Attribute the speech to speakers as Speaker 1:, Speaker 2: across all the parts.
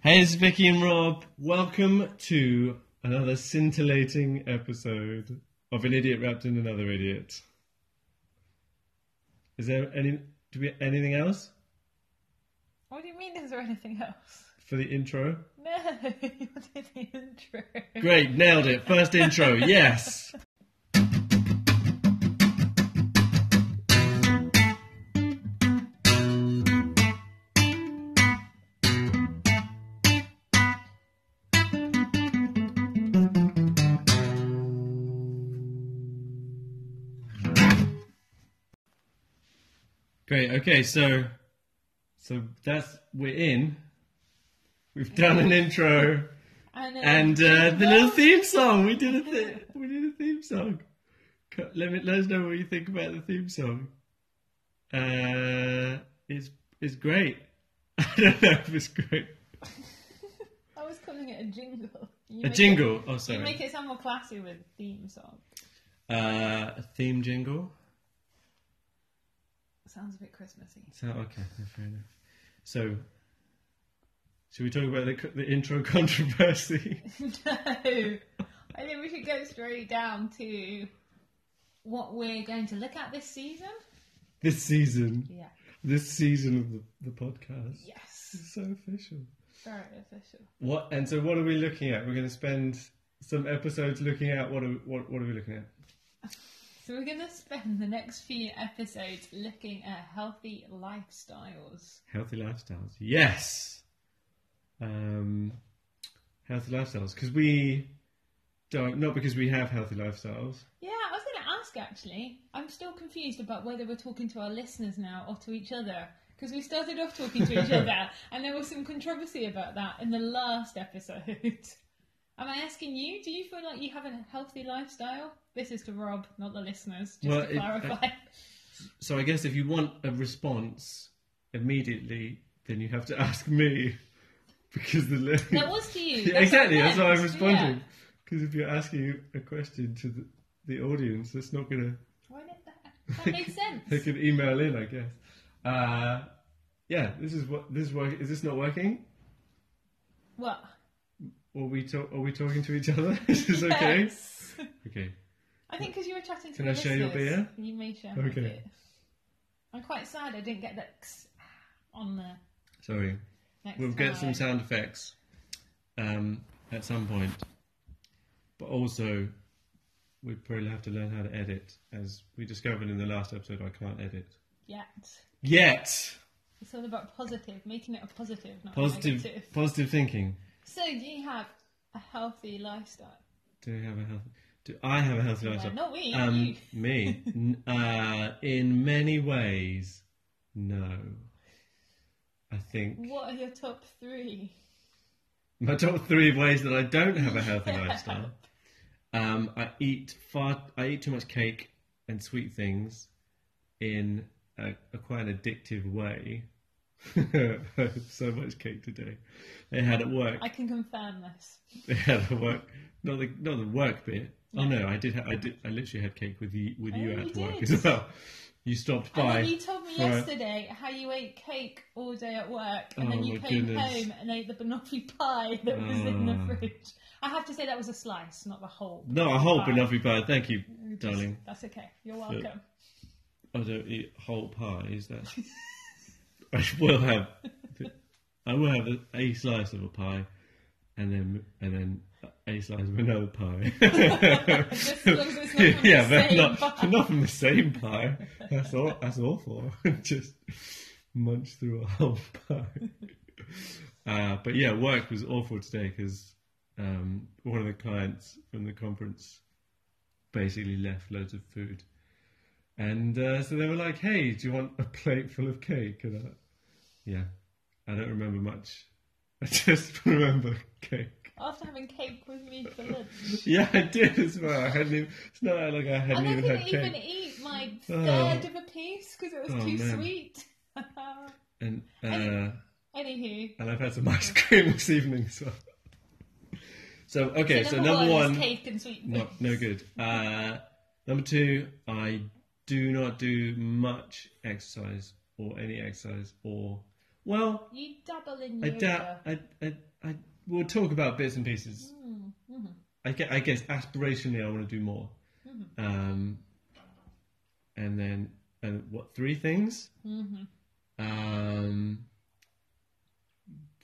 Speaker 1: Hey, it's Vicky and Rob.
Speaker 2: Welcome to another scintillating episode of An Idiot Wrapped in Another Idiot. Is there any do we anything else
Speaker 3: What do you mean? Is there anything else?
Speaker 2: for the intro?
Speaker 3: No, you did the intro.
Speaker 2: Great, nailed it. First intro, yes. Great. Okay, so so that's we're in. We've done an intro.
Speaker 3: And, um,
Speaker 2: And uh, the little theme song. We did a th- we did a theme song. Co- Let me let us know what you think about the theme song. Uh, it's it's great. I don't know if it's great.
Speaker 3: I was calling it a jingle. You
Speaker 2: A
Speaker 3: make
Speaker 2: jingle. Oh,
Speaker 3: It, you make
Speaker 2: sorry.
Speaker 3: it sound more classy with theme song.
Speaker 2: Uh, a theme jingle.
Speaker 3: Sounds a bit Christmassy.
Speaker 2: So okay, no, fair enough. So, should we talk about the, co- the intro controversy?
Speaker 3: no, I think we should go straight down to what we're going to look at this season.
Speaker 2: this season,
Speaker 3: Yeah.
Speaker 2: this season of the, the podcast.
Speaker 3: Yes.
Speaker 2: It's so official.
Speaker 3: Very official.
Speaker 2: What and so what are we looking at? We're going to spend some episodes looking at what are what what are we looking at?
Speaker 3: So we're going to spend the next few episodes looking at healthy lifestyles.
Speaker 2: Healthy lifestyles. Yes. Um, healthy lifestyles because we don't not because we have healthy lifestyles.
Speaker 3: Yeah, I was going to ask actually. I'm still confused about whether we're talking to our listeners now or to each other because we started off talking to each other and there was some controversy about that in the last episode. Am I asking you? Do you feel like you have a healthy lifestyle? This is to Rob, not the listeners, just
Speaker 2: Well,
Speaker 3: to
Speaker 2: it- uh,
Speaker 3: clarify.
Speaker 2: So I guess if you want a response immediately, then you have to ask me because the li-
Speaker 3: that was to you.
Speaker 2: Yeah,
Speaker 3: that's
Speaker 2: exactly.
Speaker 3: what I
Speaker 2: That's why I'm
Speaker 3: meant,
Speaker 2: responding.
Speaker 3: yeah.
Speaker 2: Because if you're asking a question to the, the audience, that's not going to
Speaker 3: Why did that? That makes
Speaker 2: They
Speaker 3: sense.
Speaker 2: can email in, I guess. Uh, yeah, this is what this is work. Is this not working?
Speaker 3: What?
Speaker 2: Are we talk? Are we talking to each other? is this okay?
Speaker 3: Yes.
Speaker 2: Okay.
Speaker 3: I think because you were chatting to
Speaker 2: Can
Speaker 3: the
Speaker 2: I share your
Speaker 3: listeners, You may share my
Speaker 2: Okay.
Speaker 3: beer. I'm quite sad I didn't get that kss on the
Speaker 2: Sorry.
Speaker 3: next
Speaker 2: We'll get some
Speaker 3: time.
Speaker 2: sound effects um, at some point, but also we'd probably have to learn how to edit, as we discovered in the last episode. I can't edit
Speaker 3: Yet.
Speaker 2: yet.
Speaker 3: It's all about positive, making it a positive, not
Speaker 2: Positive,
Speaker 3: a negative.
Speaker 2: positive thinking.
Speaker 3: So do you have a healthy lifestyle?
Speaker 2: Do we have a healthy? Do I have a healthy lifestyle?
Speaker 3: Well, not we,
Speaker 2: Um,
Speaker 3: you.
Speaker 2: me. N- uh, in many ways, no. I think
Speaker 3: What are your top three?
Speaker 2: my top three ways that I don't have a healthy
Speaker 3: Yeah.
Speaker 2: lifestyle. Um, I eat far. I eat too much cake and sweet things in a, a quite an addictive way. so much cake today. They had at work.
Speaker 3: I can confirm this.
Speaker 2: They had at work. Not the not the work bit. Oh no, I did. Ha- I did. I literally had cake with you with
Speaker 3: Oh,
Speaker 2: you
Speaker 3: you
Speaker 2: at work
Speaker 3: did.
Speaker 2: as well. You stopped by.
Speaker 3: And then you told me
Speaker 2: for a-
Speaker 3: yesterday how you ate cake all day at work, and
Speaker 2: Oh,
Speaker 3: then you
Speaker 2: my
Speaker 3: came
Speaker 2: goodness.
Speaker 3: home and ate the banoffee pie that was in
Speaker 2: Ah.
Speaker 3: the fridge. I have to say that was a slice, not the whole.
Speaker 2: No, I hope
Speaker 3: pie. Oh,
Speaker 2: banoffee pie. Thank you, darling.
Speaker 3: That's okay. You're welcome.
Speaker 2: I don't eat whole pies. That I will have. I will have a slice of a pie, and then and then a slice of another pie.
Speaker 3: Just as long as it's not from
Speaker 2: yeah,
Speaker 3: the
Speaker 2: but
Speaker 3: same
Speaker 2: not
Speaker 3: pie.
Speaker 2: not from the same pie. That's all. That's awful. Just munch through a whole pie. Uh, but yeah, work was awful today because um, one of the clients from the conference basically left loads of food. And uh, so they were like, "Hey, do you want a plate full of cake?" And I, yeah, I don't remember much. I just remember cake.
Speaker 3: After having cake with me for lunch.
Speaker 2: Yeah, I did as well. I hadn't even. It's not like I hadn't
Speaker 3: And I
Speaker 2: even
Speaker 3: couldn't
Speaker 2: had cake.
Speaker 3: even eat my
Speaker 2: Oh.
Speaker 3: third of a piece because it was
Speaker 2: Oh,
Speaker 3: too
Speaker 2: man.
Speaker 3: sweet.
Speaker 2: And uh,
Speaker 3: And- Anywho,
Speaker 2: and I've had some ice cream this evening as well. So okay, so number
Speaker 3: one,
Speaker 2: one,
Speaker 3: is cake and sweet
Speaker 2: no,
Speaker 3: things.
Speaker 2: no good. Uh, number two, I do not do much exercise or any exercise or Well,
Speaker 3: You dabble in
Speaker 2: I
Speaker 3: yoga.
Speaker 2: doubt. I, I, I, we'll talk about bits and pieces.
Speaker 3: Mm, mhm.
Speaker 2: I guess, I guess aspirationally, I want to do more.
Speaker 3: Mhm.
Speaker 2: Um, and then, and what? Three things.
Speaker 3: Mhm.
Speaker 2: Um,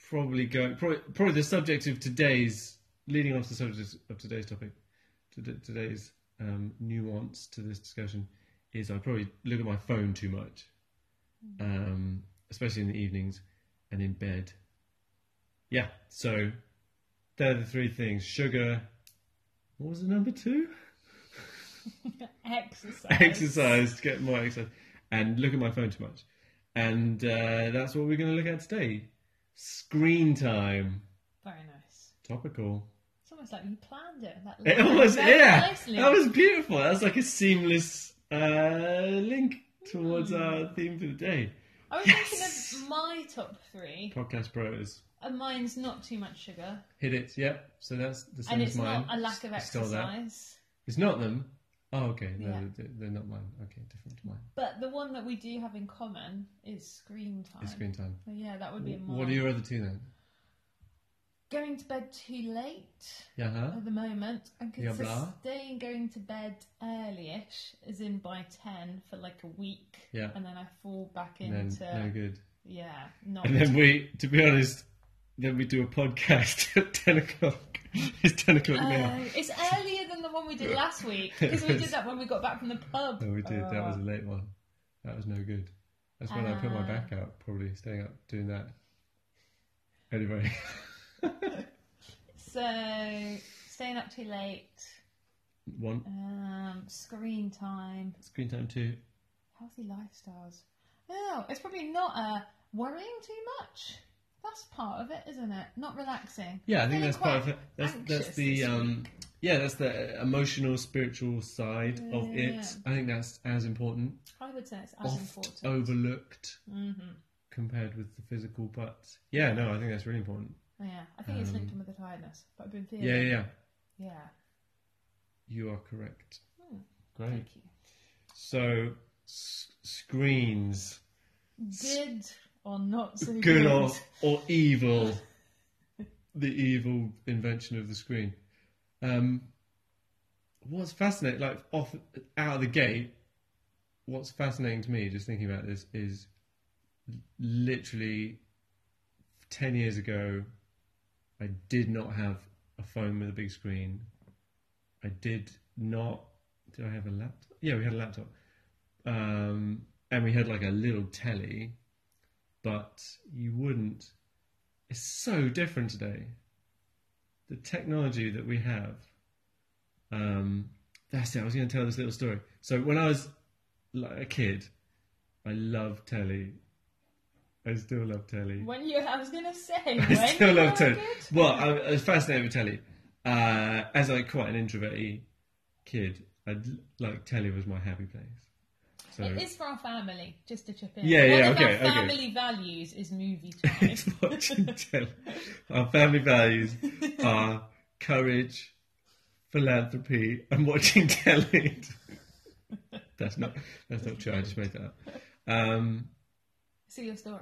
Speaker 2: probably going. Probably, probably the subject of today's leading on to the subject of today's topic, to- today's um, nuance to this discussion is I probably look at my phone too much, um, especially in the evenings and in bed. Yeah, so they're the three things: sugar. What was the number two?
Speaker 3: Exercise.
Speaker 2: exercise to get more exercise and look at my phone too much and uh, that's what we're going to look at today screen time
Speaker 3: Very nice.
Speaker 2: topical
Speaker 3: It's almost like you planned it. That
Speaker 2: it
Speaker 3: line
Speaker 2: was
Speaker 3: very
Speaker 2: yeah
Speaker 3: nicely.
Speaker 2: that was beautiful that was like a seamless uh, link towards
Speaker 3: Hmm.
Speaker 2: our theme for the day
Speaker 3: I was
Speaker 2: Yes.
Speaker 3: thinking of my top three,
Speaker 2: podcast pros
Speaker 3: and mine's not too much sugar,
Speaker 2: hit it yep so that's the same
Speaker 3: and
Speaker 2: as
Speaker 3: it's
Speaker 2: mine
Speaker 3: not a lack of
Speaker 2: I stole that.
Speaker 3: exercise.
Speaker 2: it's not them oh okay no
Speaker 3: Yeah.
Speaker 2: they're, they're not mine okay different to mine
Speaker 3: But the one that we do have in common is screen time.
Speaker 2: it's screen time
Speaker 3: So yeah, that would be mine.
Speaker 2: what are your other two then
Speaker 3: Going to bed too late.
Speaker 2: yeah huh
Speaker 3: at the moment. I could
Speaker 2: Yeah, blah.
Speaker 3: sustain going to bed early-ish, as in by ten for like a week,
Speaker 2: Yeah.
Speaker 3: and then I fall back
Speaker 2: and
Speaker 3: into
Speaker 2: then no good
Speaker 3: yeah, not
Speaker 2: And then we, to be honest, then we do a podcast at 10 o'clock. It's 10 o'clock now.
Speaker 3: Uh, it's earlier than the one we did last week because we did that when we got back from the pub.
Speaker 2: No, we did. that was
Speaker 3: Uh,
Speaker 2: a late one. That was no good. That's when I put my
Speaker 3: Ah.
Speaker 2: back out, probably staying up doing that. Anyway,
Speaker 3: so staying up too late,
Speaker 2: one
Speaker 3: um, screen time,
Speaker 2: screen time two.
Speaker 3: healthy lifestyles. Oh, it's probably not uh, worrying too much. That's part of it, isn't it? Not relaxing.
Speaker 2: Yeah, I think
Speaker 3: Feeling
Speaker 2: that's part of
Speaker 3: quite
Speaker 2: it. That's that's
Speaker 3: anxious
Speaker 2: the
Speaker 3: this
Speaker 2: um, yeah, that's the emotional, spiritual side of
Speaker 3: Yeah.
Speaker 2: it. I think that's as important,
Speaker 3: I would say it's as
Speaker 2: oft
Speaker 3: important.
Speaker 2: overlooked
Speaker 3: Mm-hmm.
Speaker 2: compared with the physical. But yeah, no, I think that's really important.
Speaker 3: Yeah, I think it's
Speaker 2: Um,
Speaker 3: linked in with the tiredness, but I've been feeling.
Speaker 2: Yeah, yeah, yeah.
Speaker 3: yeah.
Speaker 2: you are correct.
Speaker 3: Hmm,
Speaker 2: Great.
Speaker 3: Thank you.
Speaker 2: So s- screens,
Speaker 3: Good or not so good?
Speaker 2: good or or evil, the evil invention of the screen. Um, what's fascinating, like off out of the gate, what's fascinating to me, just thinking about this, is literally ten years ago, I did not have a phone with a big screen. I did not. Did I have a laptop? Yeah, we had a laptop, um, and we had like a little telly but you wouldn't. It's so different today. The technology that we have. Um, that's it. I was going to tell this little story. So when I was like a kid, I loved telly. I still love telly.
Speaker 3: When you, I was gonna say,
Speaker 2: I
Speaker 3: when
Speaker 2: still
Speaker 3: you
Speaker 2: love
Speaker 3: were
Speaker 2: telly.
Speaker 3: good?
Speaker 2: Well, I, I was fascinated with telly. Uh, as like quite an introverty kid, I like telly was my happy place. So
Speaker 3: It is for our family, just to chip in.
Speaker 2: Yeah,
Speaker 3: One
Speaker 2: yeah,
Speaker 3: of
Speaker 2: okay, okay.
Speaker 3: Our family values is movie time.
Speaker 2: It's watching telly. Our family values are courage, philanthropy, and watching telly. that's not that's not true. I just made that up. Um,
Speaker 3: See your story.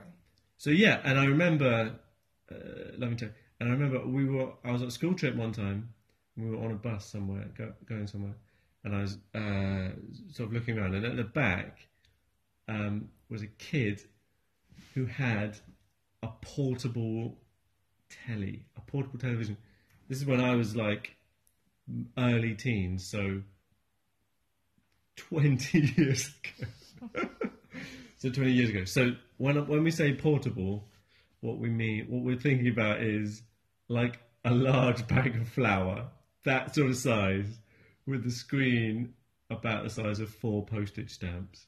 Speaker 2: so yeah, and I remember uh, loving telly. And I remember we were I was on a school trip one time. And we were on a bus somewhere, go, going somewhere, and I was uh, sort of looking around, and at the back um, was a kid who had a portable telly, a portable television. This is when I was like early teens, so 20 years ago. so 20 years ago. So when when we say portable, what we mean, what we're thinking about is like a large bag of flour, that sort of size, with the screen about the size of four postage stamps.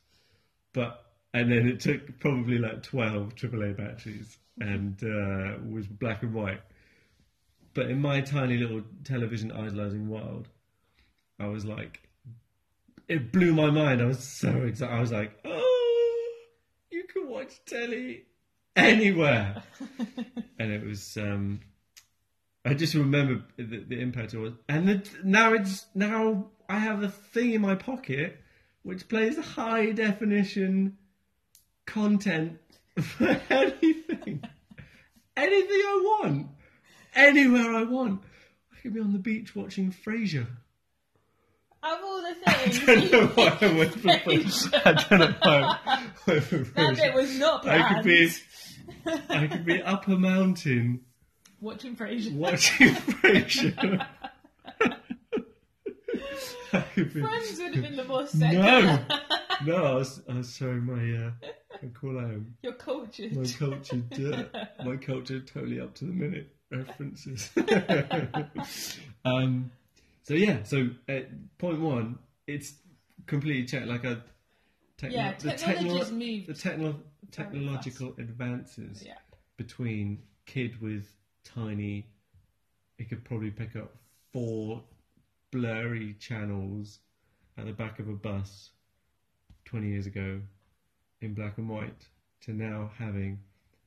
Speaker 2: But and then it took probably like 12 AAA batteries and uh, was black and white. But in my tiny little television idolizing world, I was like, it blew my mind. I was so excited. I was like, oh, you can watch telly anywhere. and it was, um, I just remember the, the impact it was. And the, now it's, now I have a thing in my pocket which plays high definition content for anything. anything I want. Anywhere I want. I could be on the beach watching Frasier.
Speaker 3: Of all the
Speaker 2: I
Speaker 3: things,
Speaker 2: don't know why I went for Frasier.
Speaker 3: Frasier.
Speaker 2: I don't know why I went for
Speaker 3: that bit
Speaker 2: Frasier.
Speaker 3: was not planned.
Speaker 2: I could be I could be up a mountain
Speaker 3: watching Frasier.
Speaker 2: watching Frasier. I could be
Speaker 3: Friends would have been the more secular.
Speaker 2: No, no, I was, I was showing my uh, I call out
Speaker 3: You're cultured.
Speaker 2: my culture, dirt, my culture, totally up to the minute references. um, so yeah, so uh, point one, it's completely checked. Like a techno-
Speaker 3: yeah,
Speaker 2: the
Speaker 3: technology's
Speaker 2: techno-
Speaker 3: moved.
Speaker 2: the techno- technological advances
Speaker 3: Yeah.
Speaker 2: between kid with tiny, it could probably pick up four blurry channels at the back of a bus 20 years ago in black and white to now having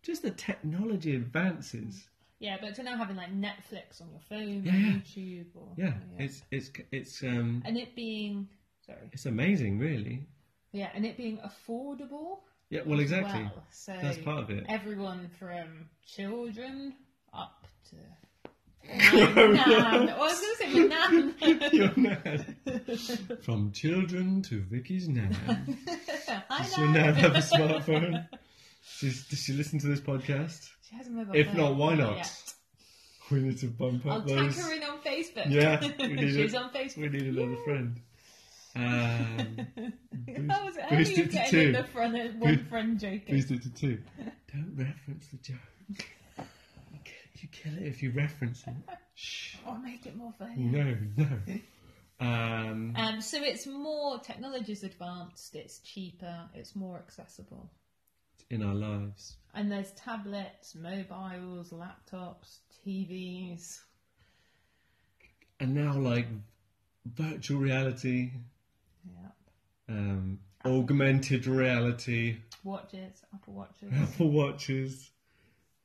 Speaker 2: just the technology advances.
Speaker 3: Yeah, but to now having like Netflix on your phone,
Speaker 2: Yeah,
Speaker 3: or
Speaker 2: yeah.
Speaker 3: YouTube, or
Speaker 2: Yeah,
Speaker 3: oh,
Speaker 2: it's it's it's um
Speaker 3: and it being sorry,
Speaker 2: it's amazing, really.
Speaker 3: yeah, and it being affordable.
Speaker 2: Yeah, well,
Speaker 3: as
Speaker 2: exactly.
Speaker 3: well. So
Speaker 2: That's part of it.
Speaker 3: everyone from children up to. Nan. Well, I was going to say Nan.
Speaker 2: You're mad. From children to Vicky's nan.
Speaker 3: Hi,
Speaker 2: Does she now
Speaker 3: Nan.
Speaker 2: have a smartphone? She's, does she listen to this podcast?
Speaker 3: She has a mobile
Speaker 2: If
Speaker 3: phone.
Speaker 2: not, why
Speaker 3: Yeah.
Speaker 2: not? We need to bump
Speaker 3: I'll
Speaker 2: up
Speaker 3: tag
Speaker 2: those.
Speaker 3: her in on Facebook.
Speaker 2: Yeah, we need
Speaker 3: she's
Speaker 2: it.
Speaker 3: on Facebook.
Speaker 2: We need another friend. Um,
Speaker 3: How was it? How
Speaker 2: boost
Speaker 3: do you
Speaker 2: it to
Speaker 3: get
Speaker 2: two.
Speaker 3: in the front of one friend joking?
Speaker 2: please do to two. Don't reference the joke. You kill- You kill it if you reference it. Shh.
Speaker 3: Or Oh, make it more funny.
Speaker 2: No, no. Um,
Speaker 3: Um, so it's more technology's advanced, it's cheaper, it's more accessible.
Speaker 2: in our lives.
Speaker 3: And there's tablets, mobiles, laptops, TVs.
Speaker 2: And now, like, virtual reality,
Speaker 3: Yeah.
Speaker 2: um, augmented reality.
Speaker 3: Watches, Apple Watches.
Speaker 2: Apple Watches.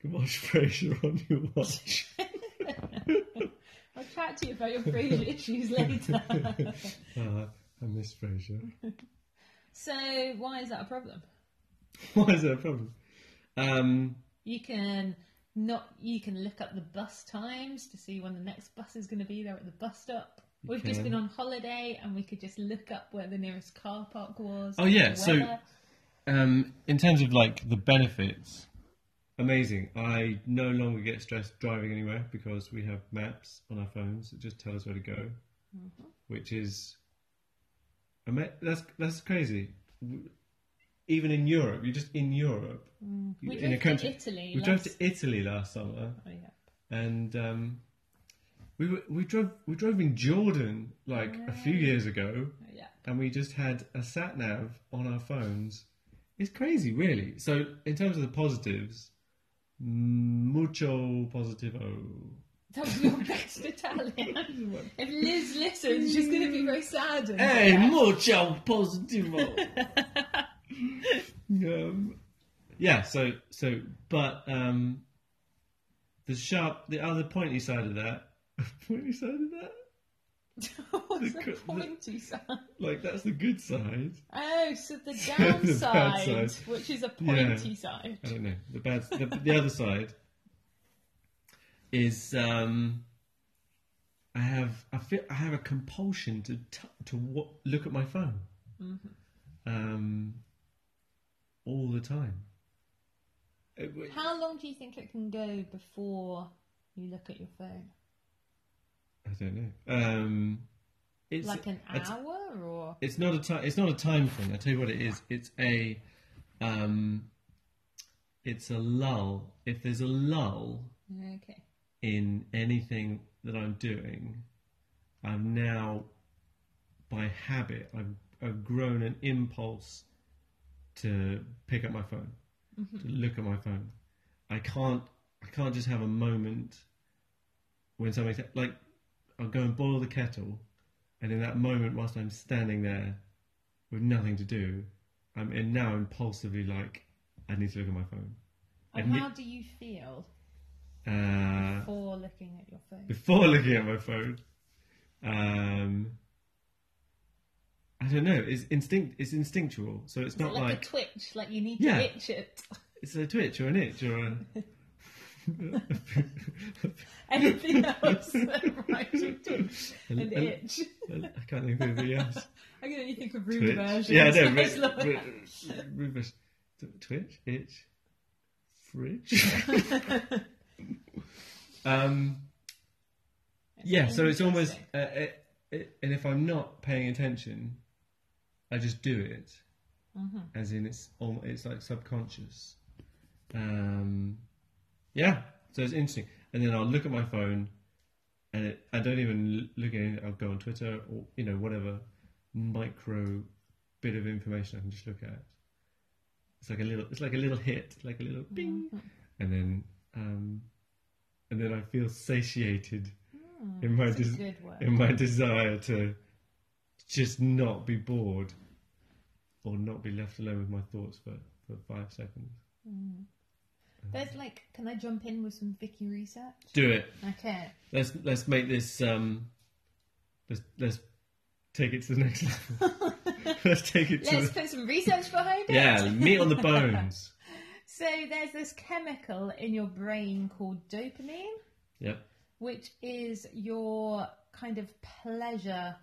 Speaker 2: Good watch Frasier on your watch.
Speaker 3: I'll chat to you about your Frasier issues later.
Speaker 2: Ah, I miss Frasier.
Speaker 3: so why is that a problem?
Speaker 2: Why is that a problem? Um,
Speaker 3: You can not you can look up the bus times to see when the next bus is going to be there at the bus stop.
Speaker 2: You
Speaker 3: We've just
Speaker 2: can.
Speaker 3: been on holiday and we could just look up where the nearest car park was.
Speaker 2: Oh, yeah,
Speaker 3: the
Speaker 2: so-
Speaker 3: weather.
Speaker 2: um, in terms of like the benefits, amazing. I no longer get stressed driving anywhere because we have maps on our phones that just tell us where to go,
Speaker 3: Mm-hmm.
Speaker 2: which is I mean, that's that's crazy. W- Even in Europe, you're just in Europe. You-
Speaker 3: Mm. we
Speaker 2: in
Speaker 3: drove
Speaker 2: a country-
Speaker 3: to Italy.
Speaker 2: We drove
Speaker 3: last...
Speaker 2: to Italy last summer.
Speaker 3: Oh, yeah.
Speaker 2: and um, we were, we drove we drove in Jordan like a few years ago,
Speaker 3: Oh, Yeah.
Speaker 2: and we just had a sat nav on our phones. It's crazy, really. So in terms of the positives, mucho positivo.
Speaker 3: That was your best Italian. If Liz listens, she's going to be very sad. and-
Speaker 2: Hey, mucho positivo. um, yeah. So so, but um, the sharp, the other pointy side of that, pointy side of that,
Speaker 3: What's
Speaker 2: the-
Speaker 3: the
Speaker 2: the-
Speaker 3: pointy side?
Speaker 2: like that's the good side.
Speaker 3: Oh, so the
Speaker 2: So the bad
Speaker 3: downside,
Speaker 2: side.
Speaker 3: which is a pointy side.
Speaker 2: I don't know. The bad, the, the other side is um, I have I feel I have a compulsion to t- to wa look at my phone um, all the time. It- w-
Speaker 3: How long do you think it can go before you look at your phone?
Speaker 2: I don't know. Um, it's
Speaker 3: Like an
Speaker 2: it's-
Speaker 3: hour or?
Speaker 2: it's not a time. It's not a time thing. I tell you what it is. It's a, um, it's a lull. If there's a lull,
Speaker 3: Okay.
Speaker 2: in anything that I'm doing, I'm now, by habit, I've, I've grown an impulse to pick up my phone, to look at my phone. I can't, I can't just have a moment when somebody's like, I'll go and boil the kettle, and in that moment, whilst I'm standing there with nothing to do, I'm in now impulsively like, I need to look at my phone.
Speaker 3: And
Speaker 2: And
Speaker 3: how do you feel
Speaker 2: Uh,
Speaker 3: before looking at your phone?
Speaker 2: before looking at my phone. Um, I don't know. It's instinct. It's instinctual, so it's
Speaker 3: Is it
Speaker 2: not
Speaker 3: like,
Speaker 2: like
Speaker 3: a twitch, like you need
Speaker 2: Yeah.
Speaker 3: to itch it.
Speaker 2: It's a twitch or an itch or a.
Speaker 3: Anything else that rhymes with twitch
Speaker 2: An-
Speaker 3: and
Speaker 2: an-
Speaker 3: itch?
Speaker 2: I can't think of anything else.
Speaker 3: I can only think of rude
Speaker 2: Twitch.
Speaker 3: versions.
Speaker 2: Yeah, no,
Speaker 3: It's
Speaker 2: but,
Speaker 3: like-
Speaker 2: Twitch, itch, fridge. um, yeah, so it's almost, uh,
Speaker 3: Interesting.
Speaker 2: it, it, and if I'm not paying attention, I just do it.
Speaker 3: Mhm.
Speaker 2: As in, it's al- it's like subconscious. Um, yeah, so it's interesting. And then I'll look at my phone, and it, I don't even l- look at it. I'll go on Twitter or you know whatever micro bit of information I can just look at. It's like a little, it's like a little hit, like a little bing, and then um, and then I feel satiated
Speaker 3: Mm,
Speaker 2: in my
Speaker 3: that's a
Speaker 2: dis-
Speaker 3: good word.
Speaker 2: in my desire to just not be bored or not be left alone with my thoughts for, for five seconds.
Speaker 3: There's like, can I jump in with some Vicky research?
Speaker 2: Do it.
Speaker 3: Okay.
Speaker 2: Let's let's make this um let's let's take it to the next level. let's take it to
Speaker 3: Let's
Speaker 2: the,
Speaker 3: put some research behind it.
Speaker 2: Yeah, meat on the bones.
Speaker 3: So there's this chemical in your brain called dopamine,
Speaker 2: Yep.
Speaker 3: which is your kind of pleasure.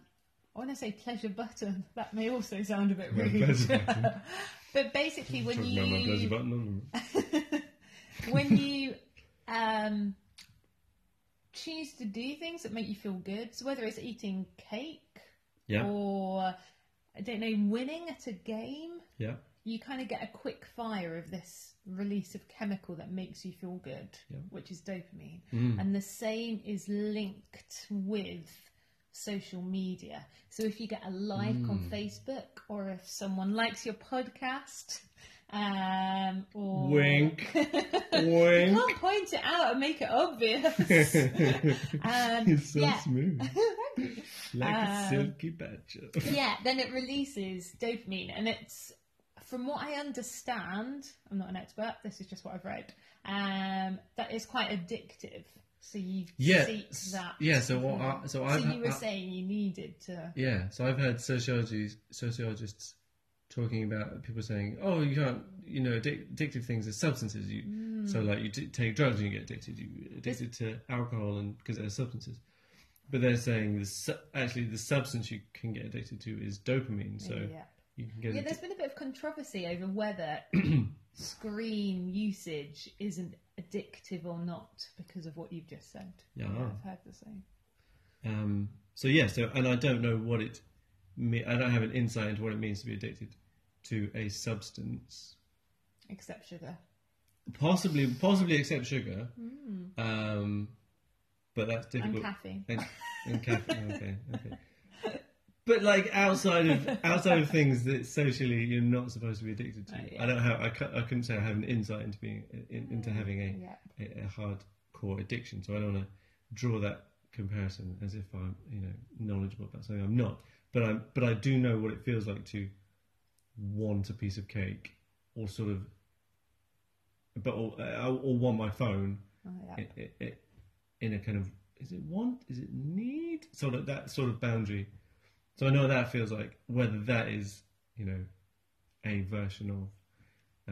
Speaker 3: I want to say pleasure button. That may also sound a bit
Speaker 2: My
Speaker 3: rude.
Speaker 2: pleasure button.
Speaker 3: but basically, when
Speaker 2: Talking about my pleasure
Speaker 3: you
Speaker 2: button, on
Speaker 3: when you um, choose to do things that make you feel good, so whether it's eating cake
Speaker 2: Yeah.
Speaker 3: Oh. or I don't know, winning at a game,
Speaker 2: Yeah.
Speaker 3: you kind of get a quick fire of this release of chemical that makes you feel good,
Speaker 2: Yeah.
Speaker 3: which is dopamine.
Speaker 2: Mm.
Speaker 3: And the same is linked with social media. So if you get a like
Speaker 2: Mm.
Speaker 3: on Facebook, or if someone likes your podcast, um, or
Speaker 2: Wink.
Speaker 3: You
Speaker 2: Wink.
Speaker 3: can't point it out and make it obvious. um,
Speaker 2: it's so
Speaker 3: yeah.
Speaker 2: smooth. like a
Speaker 3: Um,
Speaker 2: silky badger.
Speaker 3: yeah, then it releases dopamine, and it's from what I understand. I'm not an expert. This is just what I've read. Um, that is quite addictive. So you
Speaker 2: Yeah,
Speaker 3: seek
Speaker 2: s-
Speaker 3: that.
Speaker 2: yeah, so what I- so I've-
Speaker 3: you were
Speaker 2: I-
Speaker 3: saying you needed to.
Speaker 2: Yeah, so I've had sociologists sociologists talking about people saying, "Oh, you can't, you know, addic- addictive things are substances. You
Speaker 3: Hmm.
Speaker 2: so like you d- take drugs and you get addicted. You addicted to alcohol and because they're substances." But they're saying the su- actually the substance you can get addicted to is dopamine. So
Speaker 3: yeah.
Speaker 2: you can get
Speaker 3: Yeah,
Speaker 2: addic-
Speaker 3: there's been a bit of controversy over whether screen usage isn't addictive or not because of what you've just said.
Speaker 2: Yeah. ah.
Speaker 3: I've heard the same.
Speaker 2: Um, so yeah, so and I don't know what it. Me- I don't have an insight into what it means to be addicted to a substance.
Speaker 3: Except sugar.
Speaker 2: Possibly, possibly except sugar. Um, but that's
Speaker 3: Mm. And
Speaker 2: difficult.
Speaker 3: caffeine.
Speaker 2: And, and caffeine. okay, okay. But like outside of outside of things that socially you're not supposed to be addicted to,
Speaker 3: Right, Oh, yeah. Mm.
Speaker 2: I don't have. I, cou- I couldn't say I have an insight into being in, into having a
Speaker 3: Yeah.
Speaker 2: a, a hardcore addiction. So I don't want to draw that comparison as if I'm, you know, knowledgeable about something I'm not. But I but I do know what it feels like to want a piece of cake or sort of, but or, or or want my phone
Speaker 3: Oh, yeah.
Speaker 2: i- i- i- in a kind of is it want is it need sort of that sort of boundary. So I know what that feels like whether that is you know a version of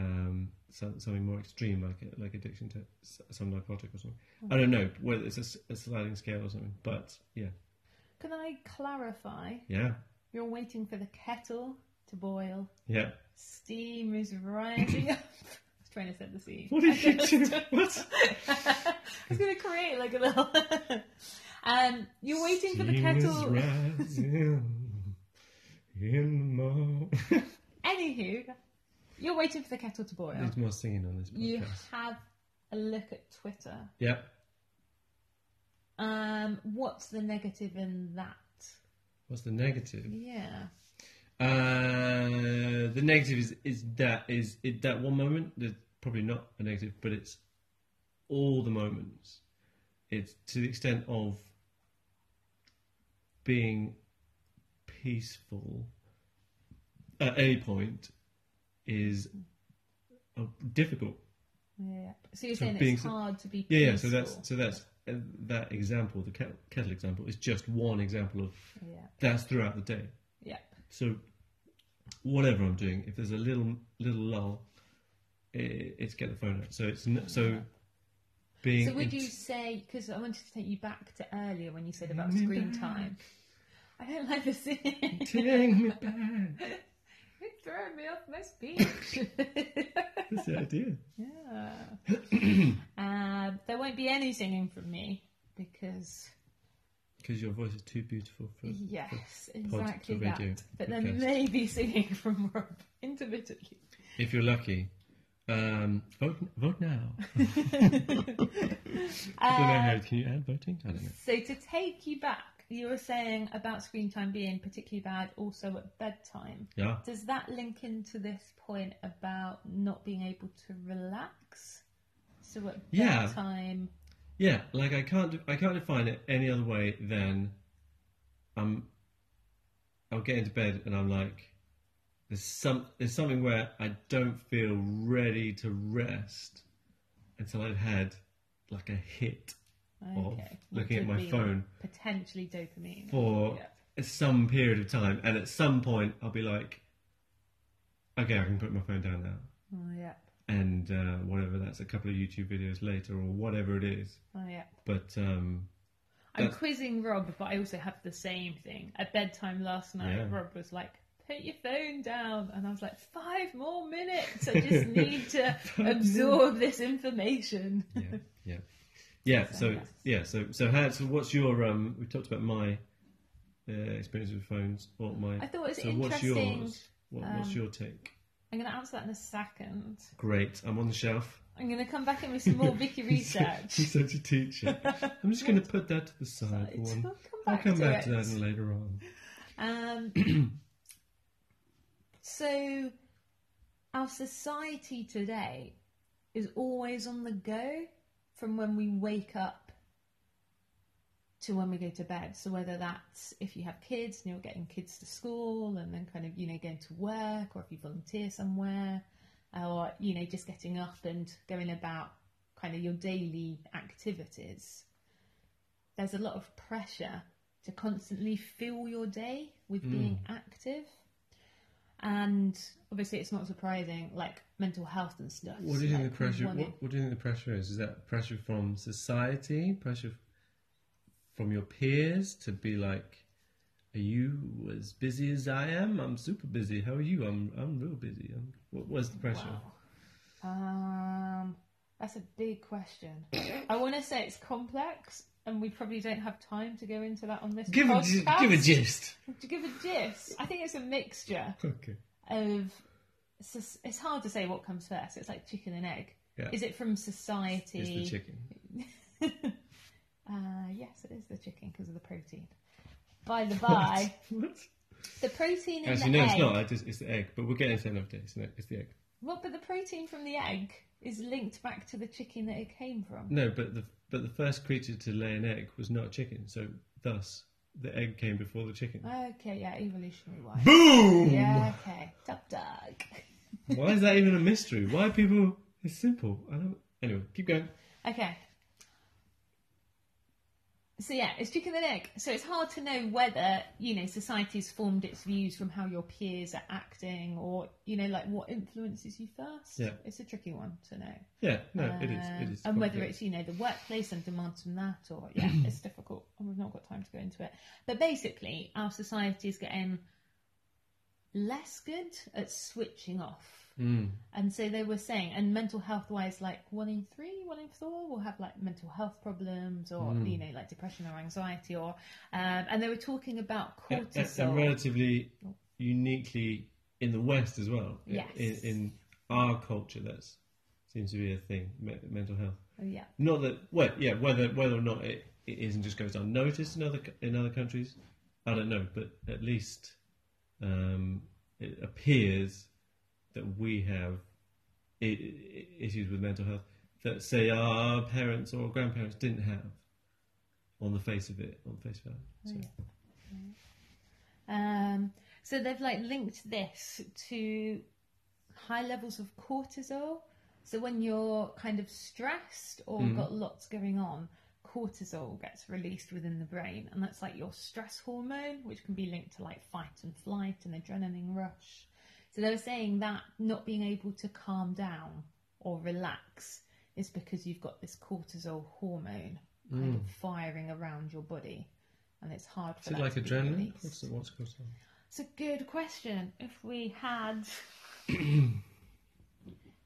Speaker 2: um, some, something more extreme like a, like addiction to s- some narcotic or something. I don't know whether it's a s- a, sliding scale or something, but yeah,
Speaker 3: Can I clarify?
Speaker 2: yeah,
Speaker 3: You're waiting for the kettle to boil.
Speaker 2: yeah.
Speaker 3: Steam is rising up. I was trying to set the scene.
Speaker 2: What did you do? What?
Speaker 3: I was going to create like a little. um, you're waiting for the
Speaker 2: Steam is
Speaker 3: kettle.
Speaker 2: rising in my.
Speaker 3: Anywho, you're waiting for the kettle to boil.
Speaker 2: There's more singing on this podcast.
Speaker 3: You have a look at Twitter.
Speaker 2: Yeah.
Speaker 3: Um, what's the negative in that?
Speaker 2: What's the negative?
Speaker 3: Yeah.
Speaker 2: Uh, the negative is is that is it that one moment. There's probably not a negative, but it's all the moments. It's to the extent of being peaceful at any point is uh, difficult.
Speaker 3: Yeah. So you're
Speaker 2: So
Speaker 3: saying
Speaker 2: being
Speaker 3: it's
Speaker 2: so-
Speaker 3: hard to be.
Speaker 2: Yeah, yeah. So that's
Speaker 3: peaceful.
Speaker 2: so that's uh, that example. The kettle, kettle example is just one example of
Speaker 3: Yeah.
Speaker 2: that's throughout the day.
Speaker 3: Yeah.
Speaker 2: So, whatever I'm doing, if there's a little little lull, it, it's get the phone out. So it's n- so being
Speaker 3: So would you
Speaker 2: ins-
Speaker 3: say? Because I wanted to take you back to earlier when you said about
Speaker 2: Take me
Speaker 3: screen
Speaker 2: back.
Speaker 3: time. I don't like the singing.
Speaker 2: take me back?
Speaker 3: You're throwing me off my speech.
Speaker 2: That's the idea.
Speaker 3: yeah. uh, there won't be any singing from me because
Speaker 2: Because your voice is too beautiful for.
Speaker 3: yes, exactly
Speaker 2: for
Speaker 3: that.
Speaker 2: radio
Speaker 3: But there
Speaker 2: podcast.
Speaker 3: may be singing from Rob intermittently.
Speaker 2: If you're lucky, um, vote vote now. I don't know
Speaker 3: Uh,
Speaker 2: how can you add voting. I don't know.
Speaker 3: So to take you back, you were saying about screen time being particularly bad also at bedtime.
Speaker 2: Yeah.
Speaker 3: Does that link into this point about not being able to relax? So at
Speaker 2: Yeah.
Speaker 3: bedtime,
Speaker 2: Yeah, like I can't I can't define it any other way than I'm I'll get into bed and I'm like there's some there's something where I don't feel ready to rest until I've had like a hit of
Speaker 3: okay,
Speaker 2: looking at
Speaker 3: could
Speaker 2: my
Speaker 3: be
Speaker 2: phone
Speaker 3: potentially dopamine.
Speaker 2: for
Speaker 3: Yeah.
Speaker 2: some period of time and at some point I'll be like okay, I can put my phone down now
Speaker 3: Oh yeah,
Speaker 2: and uh, whatever that's a couple of YouTube videos later or whatever it is.
Speaker 3: oh yeah.
Speaker 2: But um
Speaker 3: I'm
Speaker 2: That's-
Speaker 3: quizzing Rob, but I also have the same thing. At bedtime last night,
Speaker 2: Yeah.
Speaker 3: Rob was like, "Put your phone down," and I was like, five more minutes. I just need to absorb this information."
Speaker 2: yeah, yeah, yeah. So
Speaker 3: yes.
Speaker 2: yeah, so so how, so what's your um? We talked about my uh, experience with phones. What my
Speaker 3: I thought it was
Speaker 2: so what's
Speaker 3: interesting.
Speaker 2: yours? What, what's
Speaker 3: um,
Speaker 2: your take?
Speaker 3: I'm going to answer that in a second.
Speaker 2: Great, I'm on the shelf.
Speaker 3: I'm going to come back in with some more Vicky
Speaker 2: You're
Speaker 3: research.
Speaker 2: such a teacher. I'm just going to put that to the side.
Speaker 3: Right,
Speaker 2: for
Speaker 3: We'll
Speaker 2: one.
Speaker 3: come
Speaker 2: I'll
Speaker 3: back
Speaker 2: come
Speaker 3: to
Speaker 2: back to
Speaker 3: it.
Speaker 2: that later on.
Speaker 3: Um, so, our society today is always on the go from when we wake up to when we go to bed. So, whether that's if you have kids and you're getting kids to school and then kind of, you know, going to work or if you volunteer somewhere uh, or, you know, just getting up and going about kind of your daily activities, there's a lot of pressure to constantly fill your day with
Speaker 2: Hmm.
Speaker 3: being active. And obviously, it's not surprising, like mental health and stuff.
Speaker 2: What do you think
Speaker 3: like,
Speaker 2: the pressure?
Speaker 3: wanting-
Speaker 2: What, what do you think the pressure is? Is that pressure from society? Pressure from your peers to be like, are you as busy as I am? I'm super busy. How are you? I'm I'm real busy. I'm, what was the pressure?
Speaker 3: Wow. Um, that's a big question. I want to say it's complex, and we probably don't have time to go into that on this
Speaker 2: Give a, gi-
Speaker 3: podcast.
Speaker 2: give a gist.
Speaker 3: To give a gist, I think it's a mixture
Speaker 2: Okay.
Speaker 3: of. soc- It's hard to say what comes first. It's like chicken and egg.
Speaker 2: Yeah.
Speaker 3: Is it from society?
Speaker 2: It's the chicken.
Speaker 3: Uh, yes, it is the chicken because of the protein. By the by,
Speaker 2: What? What?
Speaker 3: the protein in
Speaker 2: Actually,
Speaker 3: the
Speaker 2: no,
Speaker 3: egg.
Speaker 2: it's not. I just, it's the egg. But we'll get into that another day. It's, the- it's the egg.
Speaker 3: Well, but the protein from the egg is linked back to the chicken that it came from.
Speaker 2: No, but the but the first creature to lay an egg was not a chicken. So thus, the egg came before the chicken.
Speaker 3: Okay, yeah, evolutionary wise.
Speaker 2: Boom.
Speaker 3: Yeah, okay. Dub dug.
Speaker 2: Why is that even a mystery? Why people? It's simple. I don't. Anyway, keep going.
Speaker 3: Okay. So yeah, it's chicken and egg. So it's hard to know whether you know society's formed its views from how your peers are acting, or you know, like what influences you first.
Speaker 2: Yeah.
Speaker 3: it's a tricky one to know.
Speaker 2: Yeah, no, it is.
Speaker 3: Um,
Speaker 2: It is.
Speaker 3: And whether
Speaker 2: complicated.
Speaker 3: it's, you know, the workplace and demands from that or, yeah, it's difficult. And we've not got time to go into it. But basically, our society is getting less good at switching off.
Speaker 2: Mm.
Speaker 3: And so they were saying, and mental health wise, like one in three, one in four will have like mental health problems or,
Speaker 2: Hmm.
Speaker 3: you know, like depression or anxiety or, um, and they were talking about
Speaker 2: Mm. A- a-
Speaker 3: cortisol. Oh,
Speaker 2: and relatively uniquely in the West as well. I-
Speaker 3: Yes.
Speaker 2: In, in our culture, that seems to be a thing. Me- mental health.
Speaker 3: yeah.
Speaker 2: Not that. Well, yeah. Whether whether or not it, it is and just goes unnoticed in other c- in other countries, I don't know. But at least um, it appears that we have i- i- issues with mental health that say our parents or grandparents didn't have on the face of it on face value. So,
Speaker 3: Oh, Um, so they've like linked this to high levels of cortisol. So when you're kind of stressed or
Speaker 2: Hmm.
Speaker 3: got lots going on, cortisol gets released within the brain, and that's like your stress hormone, which can be linked to like fight and flight and adrenaline rush. So they were saying that not being able to calm down or relax is because you've got this cortisol hormone
Speaker 2: Mm.
Speaker 3: kind of firing around your body, and it's hard for
Speaker 2: Is it
Speaker 3: that
Speaker 2: like
Speaker 3: to be
Speaker 2: adrenaline?
Speaker 3: released.
Speaker 2: What's it, what's going on?
Speaker 3: It's a good question. If we had.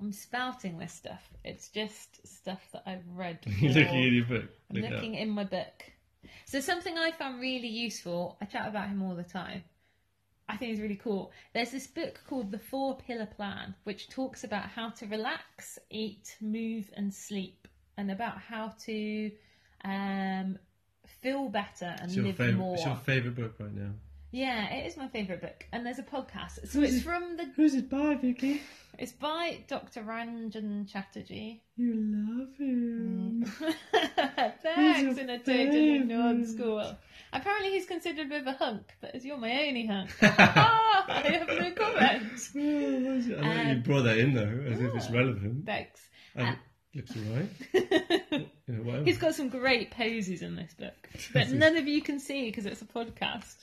Speaker 3: I'm spouting this stuff. It's just stuff that I've read.
Speaker 2: You're looking
Speaker 3: or-
Speaker 2: at your book.
Speaker 3: I'm
Speaker 2: Look it up.
Speaker 3: looking in my book. So something I found really useful, I chat about him all the time. I think he's really cool. There's this book called The Four Pillar Plan, which talks about how to relax, eat, move, and sleep, and about how to um, feel better and
Speaker 2: It's your,
Speaker 3: live
Speaker 2: favorite,
Speaker 3: more.
Speaker 2: it's your favorite book right now.
Speaker 3: Yeah, it is my favourite book. And there's a podcast.
Speaker 2: Hmm.
Speaker 3: So it's from the
Speaker 2: Who's it by, Vicky?
Speaker 3: it's by Dr. Ranjan Chatterjee.
Speaker 2: You love him.
Speaker 3: Thanks, and I totally ignored
Speaker 2: favourite.
Speaker 3: school. Apparently, he's considered a bit of a hunk, but as you're my only hunk, Oh, Ah, I have no comment.
Speaker 2: Oh, that's- I know you
Speaker 3: Um,
Speaker 2: brought that in though, as if it's
Speaker 3: ah.
Speaker 2: relevant.
Speaker 3: Thanks.
Speaker 2: And it looks alright. You know, whatever.
Speaker 3: he's got some great poses in this book that none of you can see because it's a podcast.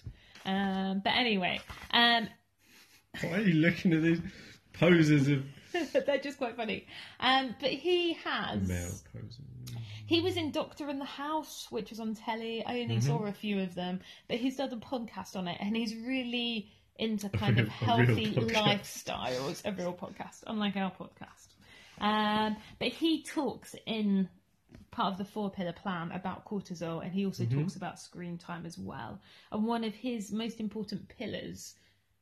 Speaker 3: Um, but anyway, um,
Speaker 2: Why are you looking at these poses of
Speaker 3: they're just quite funny. Um, but he has.
Speaker 2: male poses?
Speaker 3: He was in Doctor in the House, which was on telly. I
Speaker 2: Mm-hmm.
Speaker 3: only saw a few of them, but he's done a podcast on it, and he's really into kind
Speaker 2: real-
Speaker 3: of
Speaker 2: a real
Speaker 3: healthy
Speaker 2: podcast.
Speaker 3: lifestyles. A real podcast, unlike our podcast. Um, but he talks in part of the four pillar plan about cortisol, and he also
Speaker 2: Mm-hmm.
Speaker 3: talks about screen time as well. And one of his most important pillars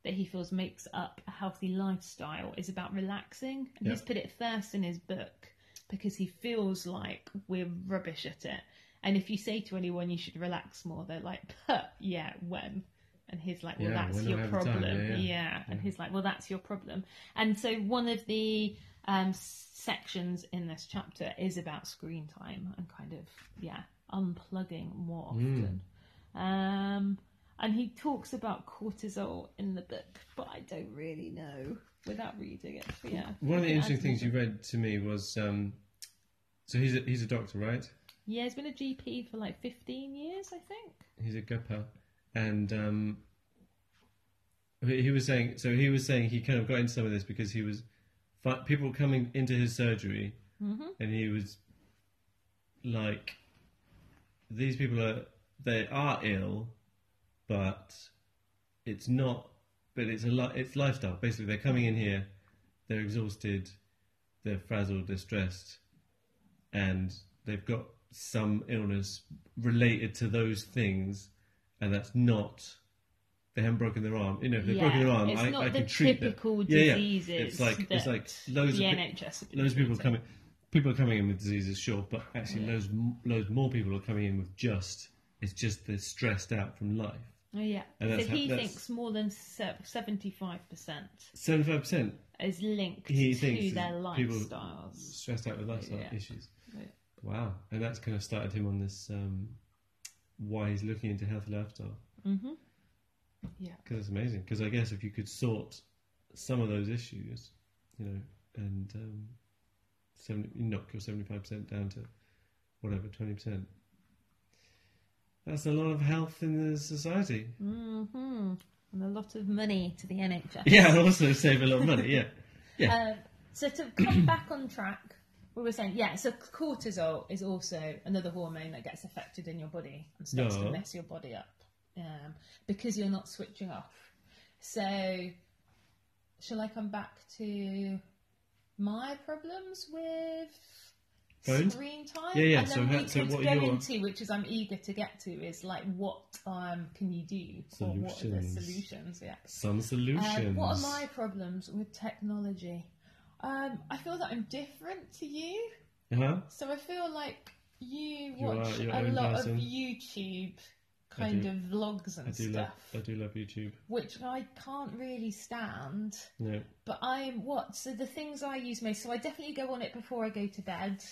Speaker 3: that he feels makes up a healthy lifestyle is about relaxing. And he's
Speaker 2: Yeah.
Speaker 3: put it first in his book because he feels like we're rubbish at it. And if you say to anyone you should relax more, they're like, "Huh, yeah, when? And he's like, well,
Speaker 2: Yeah,
Speaker 3: that's
Speaker 2: when do I
Speaker 3: your
Speaker 2: have the time?
Speaker 3: problem.
Speaker 2: Yeah, yeah.
Speaker 3: And he's like, well, that's your problem. And so one of the um, sections in this chapter is about screen time and kind of, yeah, unplugging more
Speaker 2: Hmm.
Speaker 3: often. Um, and he talks about cortisol in the book, but I don't really know without reading it. But yeah.
Speaker 2: One of the
Speaker 3: Yeah,
Speaker 2: interesting
Speaker 3: I-
Speaker 2: things you read to me was um, so he's a, he's a doctor, right?
Speaker 3: Yeah, he's been a GP for like 15 years, I think.
Speaker 2: He's a gupper, and um, he he was saying so he was saying he kind of got into some of this because he was fi- people coming into his surgery, and he was like, these people are they are ill, but it's not. But it's a lot. It's lifestyle. Basically, they're coming in here, they're exhausted, they're frazzled, they're stressed, and they've got some illness related to those things, and that's not. They haven't broken their arm. You know, if they've broken their
Speaker 3: Yeah,
Speaker 2: arm,
Speaker 3: it's
Speaker 2: I,
Speaker 3: not
Speaker 2: I
Speaker 3: the
Speaker 2: can treat them.
Speaker 3: typical
Speaker 2: Yeah, yeah.
Speaker 3: diseases
Speaker 2: It's like it's
Speaker 3: that
Speaker 2: like loads
Speaker 3: the
Speaker 2: of pe-
Speaker 3: NHS. have been
Speaker 2: loads of people are
Speaker 3: treating.
Speaker 2: coming. People are coming in with diseases, sure, but actually, loads loads more people are coming in with just. It's just they're stressed out from life.
Speaker 3: Oh, yeah.
Speaker 2: And
Speaker 3: So
Speaker 2: that's how-
Speaker 3: he
Speaker 2: that's-
Speaker 3: thinks more than se- 75%
Speaker 2: Seventy five percent
Speaker 3: is linked
Speaker 2: He
Speaker 3: to
Speaker 2: thinks
Speaker 3: their
Speaker 2: that people-
Speaker 3: lifestyles.
Speaker 2: stressed out with lifestyle
Speaker 3: Yeah.
Speaker 2: issues.
Speaker 3: Yeah.
Speaker 2: Wow, and that's kind of started him on this um, why he's looking into healthy lifestyle
Speaker 3: Mm-hmm. Yeah.
Speaker 2: because it's amazing. Because I guess if you could sort some of those issues, you know, and um, 70, you knock your seventy five percent down to whatever twenty percent. That's a lot of health in the society.
Speaker 3: Mm-hmm. And a lot of money to the NHS.
Speaker 2: Yeah, and also save a lot of money. Yeah, yeah.
Speaker 3: Um, so to come back on track, we were saying, yeah, so cortisol is also another hormone that gets affected in your body and starts
Speaker 2: Yeah.
Speaker 3: to mess your body up um, because you're not switching off. So, shall I come back to my problems with
Speaker 2: Phones?
Speaker 3: screen time?
Speaker 2: Yeah, yeah,
Speaker 3: And
Speaker 2: so
Speaker 3: then
Speaker 2: how-
Speaker 3: we
Speaker 2: so
Speaker 3: could
Speaker 2: what are
Speaker 3: go
Speaker 2: your-
Speaker 3: into, which is I'm eager to get to, is like what um, can you do or what are the
Speaker 2: Solutions.
Speaker 3: solutions? Yeah.
Speaker 2: Some
Speaker 3: Um,
Speaker 2: solutions.
Speaker 3: what are my problems with technology? Um, I feel that I'm different to you.
Speaker 2: Huh?
Speaker 3: So I feel like you
Speaker 2: You are
Speaker 3: watch
Speaker 2: your
Speaker 3: a
Speaker 2: own
Speaker 3: lot
Speaker 2: person.
Speaker 3: of YouTube kind
Speaker 2: do.
Speaker 3: of vlogs
Speaker 2: I
Speaker 3: and
Speaker 2: do
Speaker 3: stuff,
Speaker 2: love. I do love YouTube.
Speaker 3: which I can't really stand.
Speaker 2: No.
Speaker 3: But I'm what? So the things I use most. So I definitely go on it before I go to bed.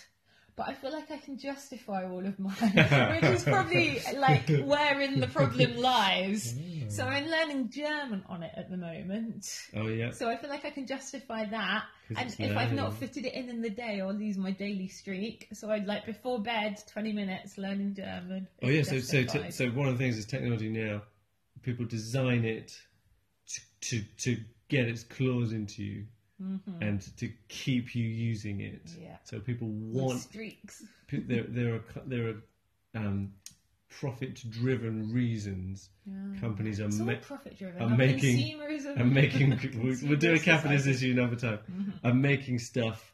Speaker 3: But I feel like I can justify all of mine, which is probably like wherein the problem lies. So I'm learning German on it at the moment.
Speaker 2: Oh yeah.
Speaker 3: So I feel like I can justify that.
Speaker 2: 'Cause
Speaker 3: And
Speaker 2: it's
Speaker 3: if I've not
Speaker 2: learning.
Speaker 3: fitted it in in the day, I'll lose my daily streak. So I'd like before bed, 20 minutes learning German.
Speaker 2: Oh yeah.
Speaker 3: is
Speaker 2: So so t-
Speaker 3: justified.
Speaker 2: so one of the things is technology now. People design it to to, to get its claws into you,
Speaker 3: Mm-hmm.
Speaker 2: and to keep you using it.
Speaker 3: Yeah.
Speaker 2: So people
Speaker 3: With
Speaker 2: want
Speaker 3: streaks.
Speaker 2: p- there there are co- there are um, profit driven reasons
Speaker 3: Yeah.
Speaker 2: companies are
Speaker 3: It's all
Speaker 2: ma-
Speaker 3: profit driven.
Speaker 2: I'm making-
Speaker 3: Consumerism.
Speaker 2: are making. we'll, we'll do a
Speaker 3: Consumerist
Speaker 2: capitalist
Speaker 3: society.
Speaker 2: issue another time.
Speaker 3: Mhm.
Speaker 2: Are making stuff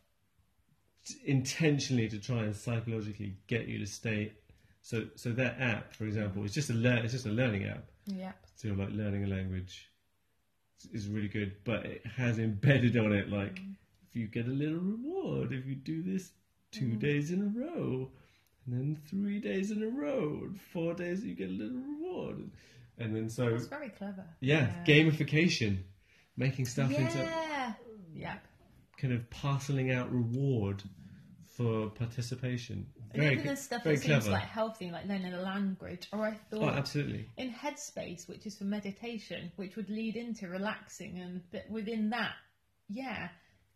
Speaker 2: t- intentionally to try and psychologically get you to stay. So so that app, for example, is just a lear- it's just a learning app.
Speaker 3: Yep.
Speaker 2: So like learning a language is really good, but it has embedded on it like if you get a little reward if you do this two days in a row, and then three days in a row, and four days you get a little reward, and then so
Speaker 3: That's very clever.
Speaker 2: yeah, gamification, making stuff into
Speaker 3: Yeah. Yep.
Speaker 2: kind of parceling out reward for participation.
Speaker 3: And
Speaker 2: Very,
Speaker 3: even
Speaker 2: good-
Speaker 3: the stuff
Speaker 2: very
Speaker 3: that
Speaker 2: clever.
Speaker 3: seems like healthy, like learning a language, or I
Speaker 2: oh,
Speaker 3: thought
Speaker 2: absolutely.
Speaker 3: in headspace, which is for meditation, which would lead into relaxing, and that within that, yeah,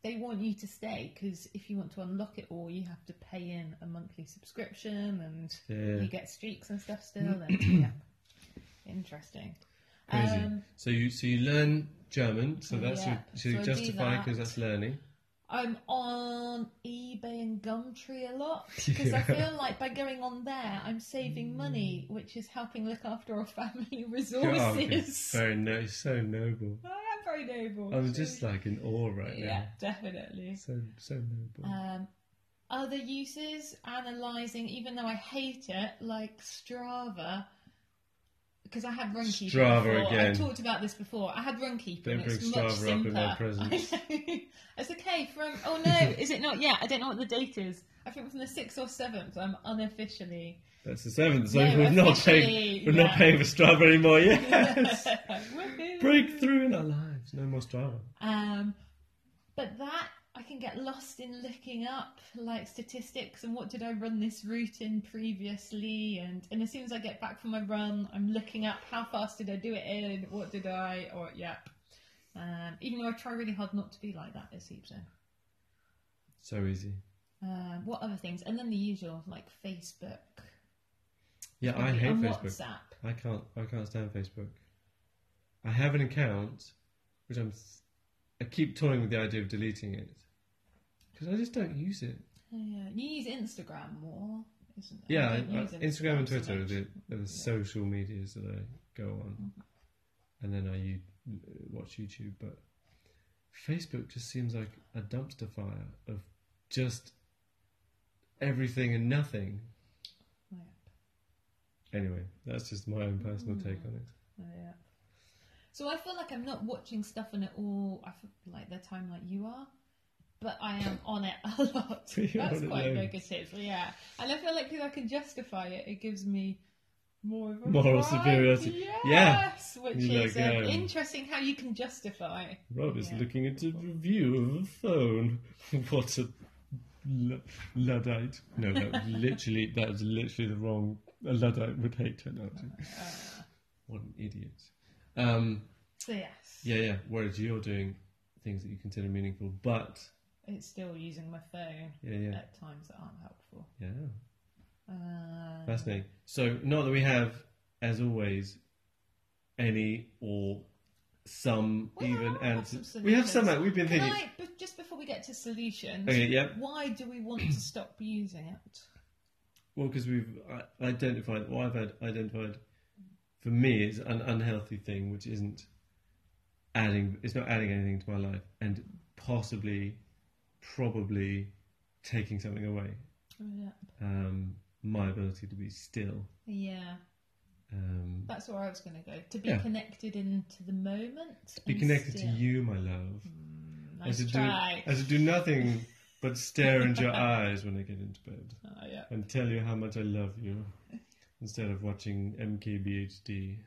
Speaker 3: they want you to stay because if you want to unlock it all, you have to pay in a monthly subscription, and
Speaker 2: Yeah. Mm-hmm.
Speaker 3: you get streaks and stuff still. and, yeah, interesting.
Speaker 2: Crazy.
Speaker 3: Um,
Speaker 2: so you so you learn German, so that's
Speaker 3: Yeah,
Speaker 2: your, so you
Speaker 3: so I do
Speaker 2: justify
Speaker 3: that.
Speaker 2: because that's learning.
Speaker 3: I'm on eBay and Gumtree a lot because I
Speaker 2: Yeah. Mm.
Speaker 3: feel like by going on there, I'm saving money, which is helping look after our family resources.
Speaker 2: oh, Very no, so noble.
Speaker 3: I am very noble.
Speaker 2: I'm just like in awe right
Speaker 3: yeah, definitely.
Speaker 2: now. So so noble.
Speaker 3: Um, other uses, analysing, even though I hate it, like Strava, because I had Runkeeper
Speaker 2: Strava
Speaker 3: before.
Speaker 2: again.
Speaker 3: I've talked about this before. I had Runkeeper.
Speaker 2: Don't
Speaker 3: and it's
Speaker 2: bring
Speaker 3: much
Speaker 2: Strava up in
Speaker 3: simpler.
Speaker 2: my presence.
Speaker 3: I know. It's okay from. Oh no, is it not? Yeah, I don't know what the date is. I think from the sixth or seventh. I'm unofficially.
Speaker 2: That's the seventh. So
Speaker 3: No,
Speaker 2: we're not
Speaker 3: officially,
Speaker 2: paying. We're not
Speaker 3: yeah.
Speaker 2: paying for Strava anymore. Yes.
Speaker 3: Woohoo.
Speaker 2: Breakthrough in our lives. No more Strava.
Speaker 3: Um, but that I can get lost in looking up like statistics and what did I run this route in previously, and and as soon as I get back from my run, I'm looking up how fast did I do it in, what did I, or yep. Um, even though I try really hard not to be like that, it seems. So.
Speaker 2: So easy.
Speaker 3: Um, what other things? And then the usual like Facebook.
Speaker 2: Yeah, I hate
Speaker 3: and
Speaker 2: Facebook.
Speaker 3: WhatsApp.
Speaker 2: I can't. I can't stand Facebook. I have an account, which I'm. s- I keep toying with the idea of deleting it because I just don't use it.
Speaker 3: Yeah, you use Instagram more, isn't it?
Speaker 2: Yeah, I,
Speaker 3: don't
Speaker 2: I,
Speaker 3: use
Speaker 2: Instagram and
Speaker 3: so
Speaker 2: Twitter are
Speaker 3: much.
Speaker 2: the, are the social medias that I go on, and then I u- watch YouTube. But Facebook just seems like a dumpster fire of just everything and nothing.
Speaker 3: Yeah.
Speaker 2: Anyway, that's just my own personal
Speaker 3: Mm.
Speaker 2: take on it.
Speaker 3: Yeah. So I feel like I'm not watching stuff on it all. I feel like the time like you are, but I am on it a lot.
Speaker 2: You're on
Speaker 3: That's
Speaker 2: it
Speaker 3: quite
Speaker 2: loads.
Speaker 3: negative, yeah. And I feel like if I can justify it, it gives me more of a
Speaker 2: Moral
Speaker 3: pride.
Speaker 2: superiority. Yeah.
Speaker 3: Yes, which
Speaker 2: You're
Speaker 3: is
Speaker 2: like, um,
Speaker 3: um, interesting how you can justify.
Speaker 2: Rob is
Speaker 3: Yeah.
Speaker 2: looking at a review of a phone. what a lu- luddite! No, that literally that is literally the wrong. A luddite would hate technology. what an idiot! Um,
Speaker 3: uh, So yes,
Speaker 2: yeah, yeah. Whereas you're doing things that you consider meaningful, but
Speaker 3: it's still using my phone
Speaker 2: yeah, yeah,
Speaker 3: at times that aren't helpful.
Speaker 2: yeah.
Speaker 3: Um,
Speaker 2: Fascinating. So, not that we have, as always, any or some
Speaker 3: Well,
Speaker 2: even
Speaker 3: I've got
Speaker 2: answers.
Speaker 3: some
Speaker 2: We have some.
Speaker 3: solutions.
Speaker 2: We've been
Speaker 3: Can
Speaker 2: thinking.
Speaker 3: I, but just before we get to solutions,
Speaker 2: Okay, yeah.
Speaker 3: why do we want to stop using it?
Speaker 2: Well, because we've uh, identified, what I've had identified for me is an unhealthy thing, which isn't adding, it's not adding anything to my life, and possibly, probably taking something away.
Speaker 3: Yeah.
Speaker 2: Um, my ability to be still.
Speaker 3: Yeah,
Speaker 2: Um,
Speaker 3: that's where I was going to go. To be
Speaker 2: Yeah.
Speaker 3: connected into the moment.
Speaker 2: be
Speaker 3: and
Speaker 2: connected
Speaker 3: still. Mm.
Speaker 2: to you, my love.
Speaker 3: Nice
Speaker 2: and, to
Speaker 3: try.
Speaker 2: Do, and to do nothing but stare into your eyes when I get into bed
Speaker 3: Oh, yeah.
Speaker 2: and tell you how much I love you instead of watching MKBHD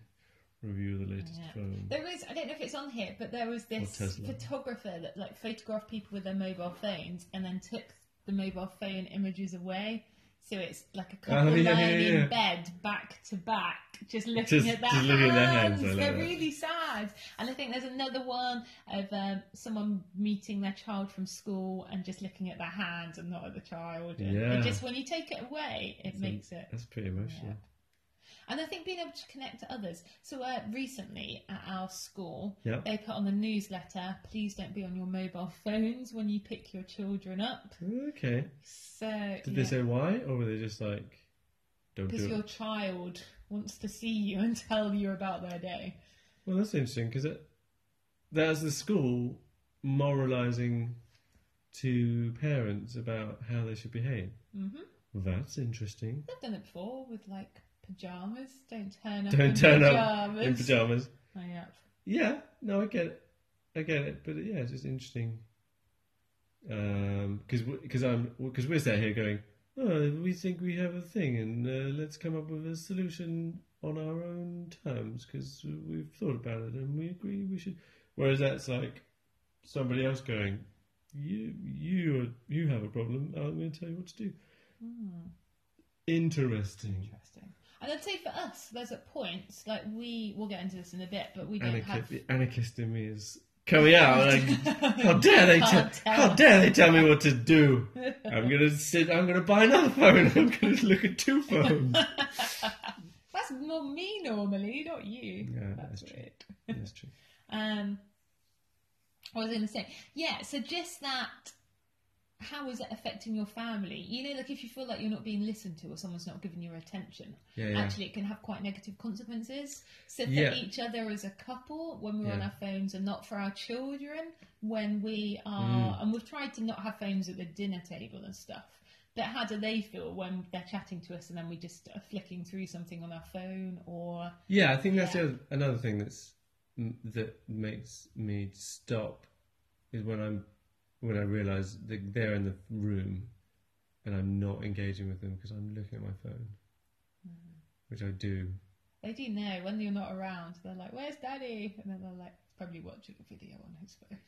Speaker 2: review the latest
Speaker 3: Yeah.
Speaker 2: film.
Speaker 3: There was, I don't know if it's on here, but there was this
Speaker 2: Mm. Or Tesla.
Speaker 3: photographer that like photographed people with their mobile phones and then took the mobile phone images away. So it's like a couple
Speaker 2: Oh, yeah, yeah,
Speaker 3: lying
Speaker 2: yeah.
Speaker 3: in bed, back to back, just looking
Speaker 2: Just-
Speaker 3: at their
Speaker 2: just
Speaker 3: hands.
Speaker 2: looking at their hands, I love
Speaker 3: They're
Speaker 2: that.
Speaker 3: really sad. And I think there's another one of um, someone meeting their child from school and just looking at their hands and not at the child. And it
Speaker 2: Yeah.
Speaker 3: just when you take it away, it makes it.
Speaker 2: That's pretty emotional.
Speaker 3: And I think being able to connect to others. So uh, recently at our school,
Speaker 2: Yeah.
Speaker 3: they put on the newsletter, please don't be on your mobile phones when you pick your children up.
Speaker 2: Okay.
Speaker 3: So
Speaker 2: Did
Speaker 3: yeah,
Speaker 2: they say why, or were they just like, don't
Speaker 3: because
Speaker 2: do
Speaker 3: your
Speaker 2: it?
Speaker 3: child wants to see you and tell you about their day.
Speaker 2: Well, that's interesting because that's the school moralizing to parents about how they should behave.
Speaker 3: hmm
Speaker 2: That's interesting.
Speaker 3: I've done it before with like pajamas. Don't turn up.
Speaker 2: Don't
Speaker 3: in
Speaker 2: turn up
Speaker 3: pajamas.
Speaker 2: In pajamas.
Speaker 3: Oh, yeah.
Speaker 2: Yeah, no, I get it. I get it. But yeah, it's just interesting. Um, Because because I'm because we're sat here going, oh, we think we have a thing, and uh, let's come up with a solution on our own terms because we've thought about it and we agree we should. Whereas that's like somebody else going, you you are, you have a problem. I'm going to tell you what to do.
Speaker 3: Hmm.
Speaker 2: Interesting.
Speaker 3: Interesting. And I'd say for us, there's at points like we will get into this in a bit, but we don't
Speaker 2: Anarchist,
Speaker 3: have.
Speaker 2: the anarchist in me is coming out. Like, How dare they tell? How dare they tell me what to do? I'm gonna sit. I'm gonna buy another phone. I'm gonna look at two phones.
Speaker 3: That's more me normally, not you.
Speaker 2: Yeah,
Speaker 3: that's
Speaker 2: that's true.
Speaker 3: weird.
Speaker 2: That's true.
Speaker 3: Um, what was I going to say? Yeah, so just that. How is it affecting your family? You know, like if you feel like you're not being listened to or someone's not giving you attention,
Speaker 2: Yeah, yeah.
Speaker 3: actually it can have quite negative consequences. So for
Speaker 2: Yeah.
Speaker 3: each other as a couple, when we're on
Speaker 2: Yeah.
Speaker 3: our phones and not for our children, when we are,
Speaker 2: Mm.
Speaker 3: and we've tried to not have phones at the dinner table and stuff. But how do they feel when they're chatting to us and then we just are flicking through something on our phone or
Speaker 2: Yeah, I think that's
Speaker 3: Yeah.
Speaker 2: the other, another thing that's m- that makes me stop is when I'm when I realise that they're in the room and I'm not engaging with them because I'm looking at my phone,
Speaker 3: Mm.
Speaker 2: which I do.
Speaker 3: They do know when you're not around. They're like, "Where's Daddy?" And then they're like, "Probably watching a video on his phone."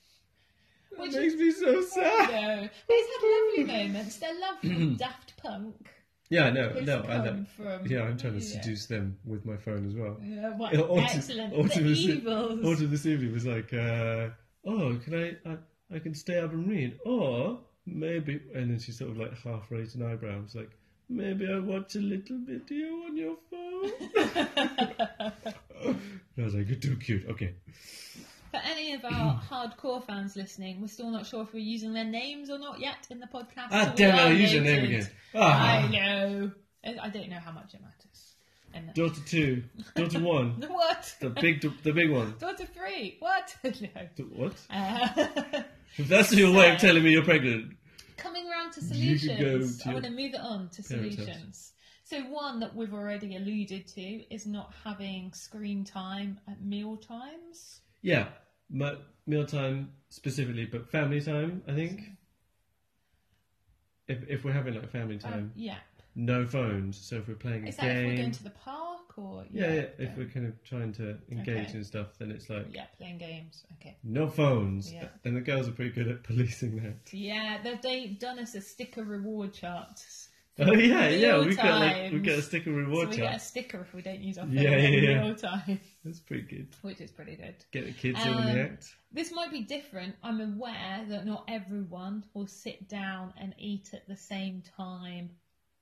Speaker 2: It
Speaker 3: Which
Speaker 2: makes me so sad.
Speaker 3: no, but he's had lovely moments. They're lovely. Daft Punk.
Speaker 2: Yeah, no,
Speaker 3: Who's
Speaker 2: Uh, no, I
Speaker 3: come
Speaker 2: know.
Speaker 3: from?
Speaker 2: Yeah, I'm trying to
Speaker 3: Yeah.
Speaker 2: seduce them with my phone as well.
Speaker 3: Yeah, what,
Speaker 2: Yeah, auto-
Speaker 3: excellent.
Speaker 2: auto-
Speaker 3: the evils.
Speaker 2: Order this evening was like, uh, oh, can I, I, I can stay up and read, or maybe, and then she sort of like half raised an eyebrow. and was like, maybe I watch a little video on your phone. and I was like, you're too cute. Okay.
Speaker 3: For any of our hardcore fans listening, we're still not sure if we're using their names or not yet in the podcast. so
Speaker 2: Ah,
Speaker 3: we
Speaker 2: damn it!
Speaker 3: are
Speaker 2: I used your name
Speaker 3: noted.
Speaker 2: again. Ah,
Speaker 3: I know. And I don't know how much it matters. And
Speaker 2: daughter two, daughter one,
Speaker 3: what?
Speaker 2: the big, the big one.
Speaker 3: Daughter three. What? no.
Speaker 2: The- What?
Speaker 3: Uh,
Speaker 2: If that's your way of telling me you're pregnant.
Speaker 3: coming round to
Speaker 2: You could go
Speaker 3: solutions,
Speaker 2: to
Speaker 3: I'm
Speaker 2: your
Speaker 3: going to move it on to
Speaker 2: parents' house.
Speaker 3: solutions. So one that we've already alluded to is not having screen time at meal times.
Speaker 2: Yeah, my mealtime specifically, but family time. I think if if we're having like family
Speaker 3: Um,
Speaker 2: time,
Speaker 3: yeah,
Speaker 2: no phones. So if we're playing
Speaker 3: is
Speaker 2: a
Speaker 3: that if we're
Speaker 2: game,
Speaker 3: going to the park or
Speaker 2: yeah, yeah, if
Speaker 3: yeah.
Speaker 2: we're kind of trying to engage
Speaker 3: Okay.
Speaker 2: in stuff, then it's like
Speaker 3: Yeah, playing games. Okay.
Speaker 2: no phones.
Speaker 3: Yeah.
Speaker 2: And the girls are pretty good at policing that.
Speaker 3: Yeah, they've they've done us a sticker reward chart.
Speaker 2: Oh yeah, yeah, we've got like
Speaker 3: Mealtimes.
Speaker 2: we've got a sticker
Speaker 3: So
Speaker 2: reward
Speaker 3: we get a
Speaker 2: chart.
Speaker 3: sticker if we don't use our phone
Speaker 2: Yeah,
Speaker 3: at
Speaker 2: yeah, yeah.
Speaker 3: meal time,
Speaker 2: That's pretty good.
Speaker 3: which is pretty good.
Speaker 2: Get the kids in
Speaker 3: Um,
Speaker 2: the act.
Speaker 3: This might be different. I'm aware that not everyone will sit down and eat at the same time,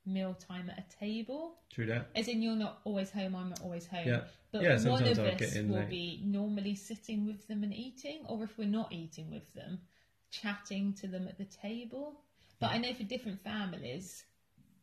Speaker 3: meal time at a table.
Speaker 2: True that.
Speaker 3: As in, you're not always home, I'm not always home.
Speaker 2: Yeah.
Speaker 3: But
Speaker 2: Yeah,
Speaker 3: one
Speaker 2: sometimes
Speaker 3: of
Speaker 2: I'll
Speaker 3: us
Speaker 2: get in
Speaker 3: will
Speaker 2: late.
Speaker 3: be normally sitting with them and eating, or if we're not eating with them, chatting to them at the table. But I know for different families,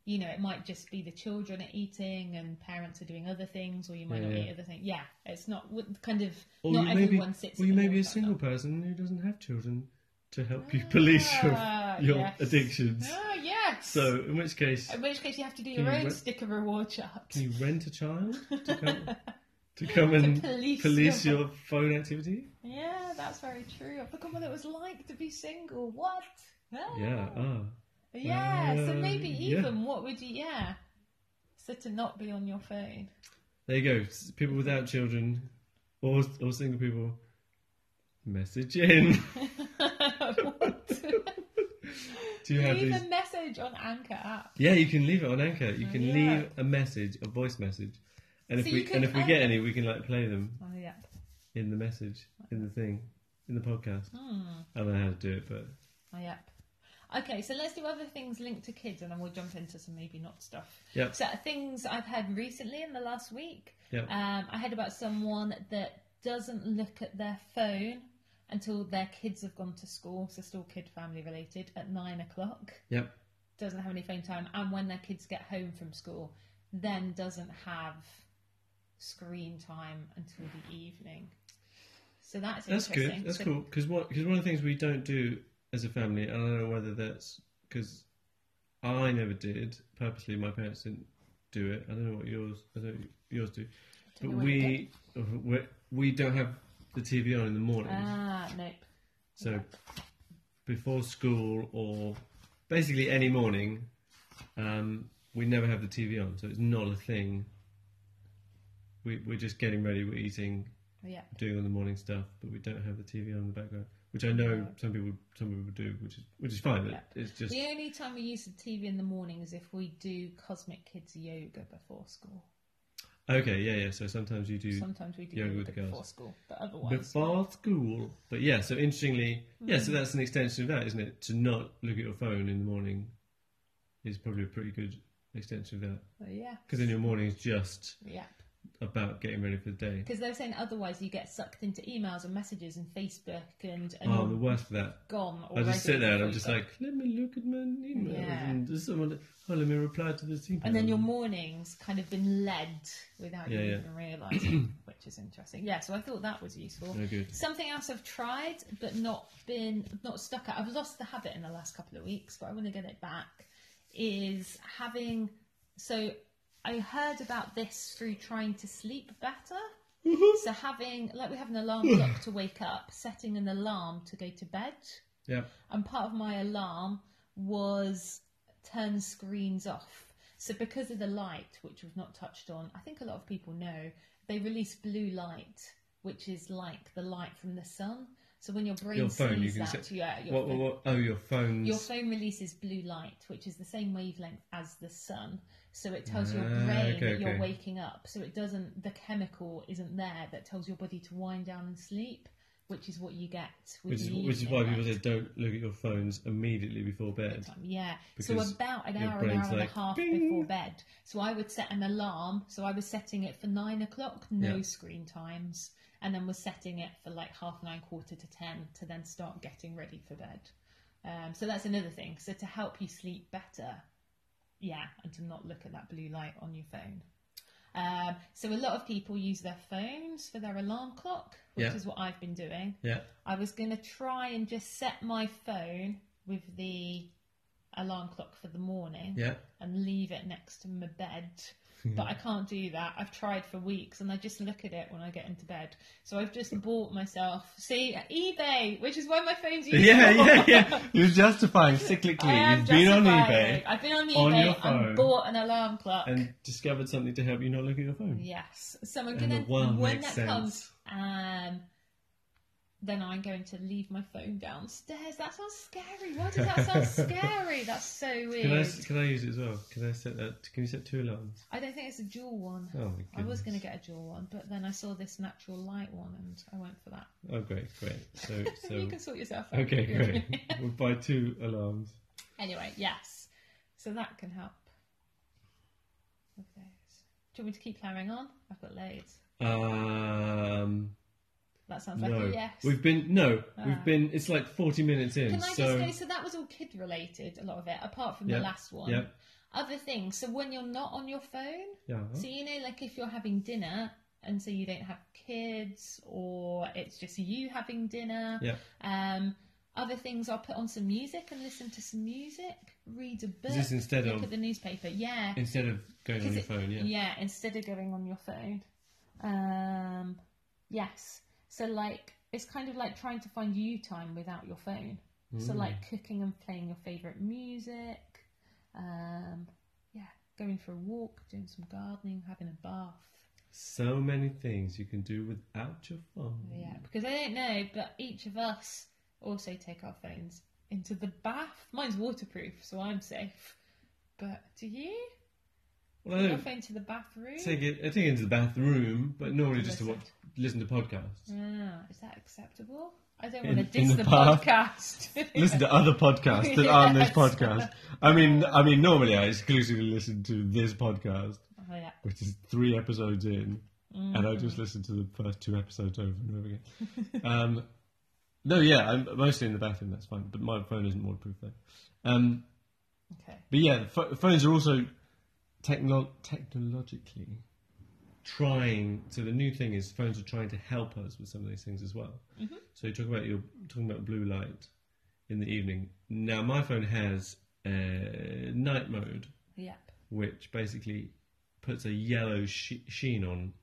Speaker 3: you know, it might just be the children are eating and parents are doing other things, or you might
Speaker 2: Yeah,
Speaker 3: not
Speaker 2: yeah.
Speaker 3: eat other things. Yeah, it's not w- kind of
Speaker 2: Or
Speaker 3: not
Speaker 2: you may be-
Speaker 3: everyone sits.
Speaker 2: Well,
Speaker 3: at
Speaker 2: you
Speaker 3: the
Speaker 2: may be a
Speaker 3: meals like that.
Speaker 2: single person who doesn't have children to help you police your
Speaker 3: Ah,
Speaker 2: your
Speaker 3: yes.
Speaker 2: addictions.
Speaker 3: Ah, yes.
Speaker 2: So, in which case,
Speaker 3: in which case you have to do
Speaker 2: Can
Speaker 3: your
Speaker 2: you
Speaker 3: own
Speaker 2: re-
Speaker 3: sticker reward chart.
Speaker 2: do you rent a child to come, to come and
Speaker 3: police
Speaker 2: police,
Speaker 3: your-
Speaker 2: your phone activity?
Speaker 3: Yeah, that's very true. I forgot what it was like to be single. What? Ah.
Speaker 2: Yeah. Ah.
Speaker 3: Yeah. so
Speaker 2: Uh,
Speaker 3: maybe
Speaker 2: yeah.
Speaker 3: even what would you? Yeah. So to not be on your phone.
Speaker 2: There you go. S- People without children or, or single people, message in.
Speaker 3: what?
Speaker 2: Do you have
Speaker 3: Leave
Speaker 2: these?
Speaker 3: a message on Anchor app.
Speaker 2: Yeah, you can leave it on Anchor. You can
Speaker 3: Yeah.
Speaker 2: leave a message, a voice message. And if
Speaker 3: So you
Speaker 2: we
Speaker 3: can-
Speaker 2: and if we get
Speaker 3: oh.
Speaker 2: any, we can like play them
Speaker 3: Oh yeah.
Speaker 2: in the message, in the thing, in the podcast.
Speaker 3: Hmm.
Speaker 2: I don't know how to do it, but
Speaker 3: Oh yeah. Okay, so let's do other things linked to kids, and then we'll jump into some maybe not stuff.
Speaker 2: Yep.
Speaker 3: So things I've had recently in the last week.
Speaker 2: Yep.
Speaker 3: Um, I heard about someone that doesn't look at their phone until their kids have gone to school. So still kid family related at nine o'clock.
Speaker 2: Yep.
Speaker 3: Doesn't have any phone time, and when their kids get home from school, then doesn't have screen time until the evening. So that's
Speaker 2: That's
Speaker 3: interesting.
Speaker 2: good. That's
Speaker 3: So-
Speaker 2: cool. Because what? Because one of the things we don't do as a family, and I don't know whether that's because I never did purposely. My parents didn't do it. I don't know what yours. I don't yours do.
Speaker 3: don't
Speaker 2: But
Speaker 3: know what they
Speaker 2: we we we don't have the TV on in the morning.
Speaker 3: Ah, nope.
Speaker 2: so before school or basically any morning, um, we never have the TV on. So it's not a thing. We, we're just getting ready. We're eating
Speaker 3: Yeah.
Speaker 2: doing all the morning stuff, but we don't have the TV on in the background, which I know
Speaker 3: No.
Speaker 2: some people some people do, which is which is fine. But
Speaker 3: Yeah.
Speaker 2: it's just
Speaker 3: The only time we use the TV in the morning is if we do Cosmic Kids yoga before school.
Speaker 2: okay, yeah, yeah. So sometimes you do
Speaker 3: Sometimes we do
Speaker 2: yoga
Speaker 3: yoga,
Speaker 2: with the girls.
Speaker 3: before school, but otherwise,
Speaker 2: before school, but yeah. So interestingly, yeah.
Speaker 3: Mm-hmm.
Speaker 2: So that's an extension of that, isn't it? To not look at your phone in the morning is probably a pretty good extension of that,
Speaker 3: So, uh, yeah,
Speaker 2: because then your morning is just
Speaker 3: yeah.
Speaker 2: about getting ready for the day.
Speaker 3: Because they're saying otherwise you get sucked into emails and messages and Facebook and, and
Speaker 2: Oh,
Speaker 3: you're
Speaker 2: the worst for that.
Speaker 3: gone.
Speaker 2: I
Speaker 3: Already
Speaker 2: just sit there and I'm
Speaker 3: before
Speaker 2: just
Speaker 3: you go.
Speaker 2: like, let me look at my emails
Speaker 3: Yeah.
Speaker 2: and does someone. Oh, let me reply to this email.
Speaker 3: And then your morning's kind of been led without
Speaker 2: um, Yeah,
Speaker 3: you
Speaker 2: yeah.
Speaker 3: even realising, which is interesting. Yeah, so I thought that was useful.
Speaker 2: no good.
Speaker 3: Something else I've tried but not been not stuck at. I've lost the habit in the last couple of weeks, but I want to get it back. Is having so I heard about this through trying to sleep better. so having like we have an alarm clock to wake up, setting an alarm to go to bed,
Speaker 2: Yeah.
Speaker 3: and part of my alarm was turn screens off. So because of the light, which we've not touched on, I think a lot of people know they release blue light, which is like the light from the sun. So when your brain
Speaker 2: Your phone,
Speaker 3: sees
Speaker 2: you can
Speaker 3: that,
Speaker 2: say-
Speaker 3: yeah, your
Speaker 2: What,
Speaker 3: phone-
Speaker 2: what, what? Oh, your phone's.
Speaker 3: your phone releases blue light, which is the same wavelength as the sun. So it tells your brain
Speaker 2: Ah, okay,
Speaker 3: that you're
Speaker 2: okay.
Speaker 3: waking up. So it doesn't, the chemical isn't there that tells your body to wind down and sleep, which is what you get. With
Speaker 2: which is,
Speaker 3: the
Speaker 2: which is
Speaker 3: evening
Speaker 2: why
Speaker 3: light.
Speaker 2: people say don't look at your phones immediately before bed.
Speaker 3: bedtime, Yeah.
Speaker 2: Because
Speaker 3: so about an
Speaker 2: your
Speaker 3: hour, an hour
Speaker 2: brain's
Speaker 3: and a
Speaker 2: like,
Speaker 3: half
Speaker 2: "Bing."
Speaker 3: before bed. So I would set an alarm. So I was setting it for nine o'clock, no
Speaker 2: Yeah.
Speaker 3: screen times, and then was setting it for like half nine, quarter to ten, to then start getting ready for bed. Um, so that's another thing. So to help you sleep better, yeah, and to not look at that blue light on your phone. Um, so a lot of people use their phones for their alarm clock, which
Speaker 2: Yeah.
Speaker 3: is what I've been doing.
Speaker 2: Yeah.
Speaker 3: I was going to try and just set my phone with the alarm clock for the morning
Speaker 2: Yeah.
Speaker 3: and leave it next to my bed. But I can't do that. I've tried for weeks and I just look at it when I get into bed. So I've just bought myself, see, eBay, which is where my phone's used.
Speaker 2: Yeah,
Speaker 3: for.
Speaker 2: yeah, yeah. You're justifying
Speaker 3: I
Speaker 2: cyclically.
Speaker 3: am
Speaker 2: You've been on
Speaker 3: justifying.
Speaker 2: eBay
Speaker 3: I've been on
Speaker 2: on your
Speaker 3: eBay
Speaker 2: phone.
Speaker 3: and bought an alarm clock.
Speaker 2: and discovered something to help you not look at your phone.
Speaker 3: Yes. So I'm
Speaker 2: And
Speaker 3: gonna
Speaker 2: the world
Speaker 3: when that
Speaker 2: makes
Speaker 3: comes, um, then I'm going to leave my phone downstairs. That sounds scary. Why does that sound scary? That's so weird.
Speaker 2: Can I, can I use it as well? Can I set that? Can you set two alarms?
Speaker 3: I don't think it's a dual one.
Speaker 2: Oh, my
Speaker 3: I
Speaker 2: goodness.
Speaker 3: was going to get a dual one, but then I saw this natural light one, and I went for that.
Speaker 2: Oh, great, great. So,
Speaker 3: you
Speaker 2: so
Speaker 3: can sort yourself out.
Speaker 2: okay, great. we'll buy two alarms.
Speaker 3: anyway, yes. So that can help. With those. Do you want me to keep carrying on? I've got loads.
Speaker 2: Um,
Speaker 3: That sounds like
Speaker 2: no,
Speaker 3: a yes.
Speaker 2: we've been no,
Speaker 3: Ah.
Speaker 2: we've been. It's like forty minutes in.
Speaker 3: Can I
Speaker 2: so
Speaker 3: just say, so that was all kid related, a lot of it, apart from
Speaker 2: Yeah,
Speaker 3: the last one.
Speaker 2: yeah.
Speaker 3: Other things, so when you're not on your phone,
Speaker 2: yeah,
Speaker 3: so you know, like if you're having dinner and so you don't have kids or it's just you having dinner,
Speaker 2: Yeah.
Speaker 3: um, other things, I'll put on some music and listen to some music, read a book,
Speaker 2: this instead
Speaker 3: look
Speaker 2: of-
Speaker 3: at the newspaper. Yeah.
Speaker 2: instead of going on
Speaker 3: 'Cause
Speaker 2: your
Speaker 3: it-
Speaker 2: phone, yeah,
Speaker 3: Yeah, instead of going on your phone. Um, yes. So, like, it's kind of like trying to find you time without your phone. So,
Speaker 2: Mm.
Speaker 3: like, cooking and playing your favourite music. Um, yeah, going for a walk, doing some gardening, having a bath.
Speaker 2: So many things you can do without your phone.
Speaker 3: Yeah, because I don't know, but each of us also take our phones into the bath. Mine's waterproof, so I'm safe. But do you?
Speaker 2: Well, I
Speaker 3: Take your
Speaker 2: don't
Speaker 3: phone to the bathroom?
Speaker 2: take it. I take it into the bathroom, but normally just to
Speaker 3: Listen.
Speaker 2: watch, listen to podcasts.
Speaker 3: Ah, is that acceptable? I don't
Speaker 2: In-
Speaker 3: want to
Speaker 2: in
Speaker 3: diss
Speaker 2: the
Speaker 3: the,
Speaker 2: pub.
Speaker 3: podcast.
Speaker 2: Listen to other podcasts that aren't this
Speaker 3: Yes.
Speaker 2: podcast. I mean, I mean, normally I exclusively listen to this podcast,
Speaker 3: Oh, yeah.
Speaker 2: which is three episodes in, and I
Speaker 3: Mm.
Speaker 2: just listen to the first two episodes over and over again. um, no, yeah, I'm mostly in the bathroom. That's fine, but my phone isn't waterproof though. Um,
Speaker 3: Okay.
Speaker 2: but yeah, pho- phones are also techno- technologically trying. So the new thing is phones are trying to help us with some of these things as well.
Speaker 3: Mm-hmm.
Speaker 2: So you talk about you're talking about blue light in the evening. Now my phone has uh, night mode,
Speaker 3: Yep.
Speaker 2: which basically puts a yellow she- sheen on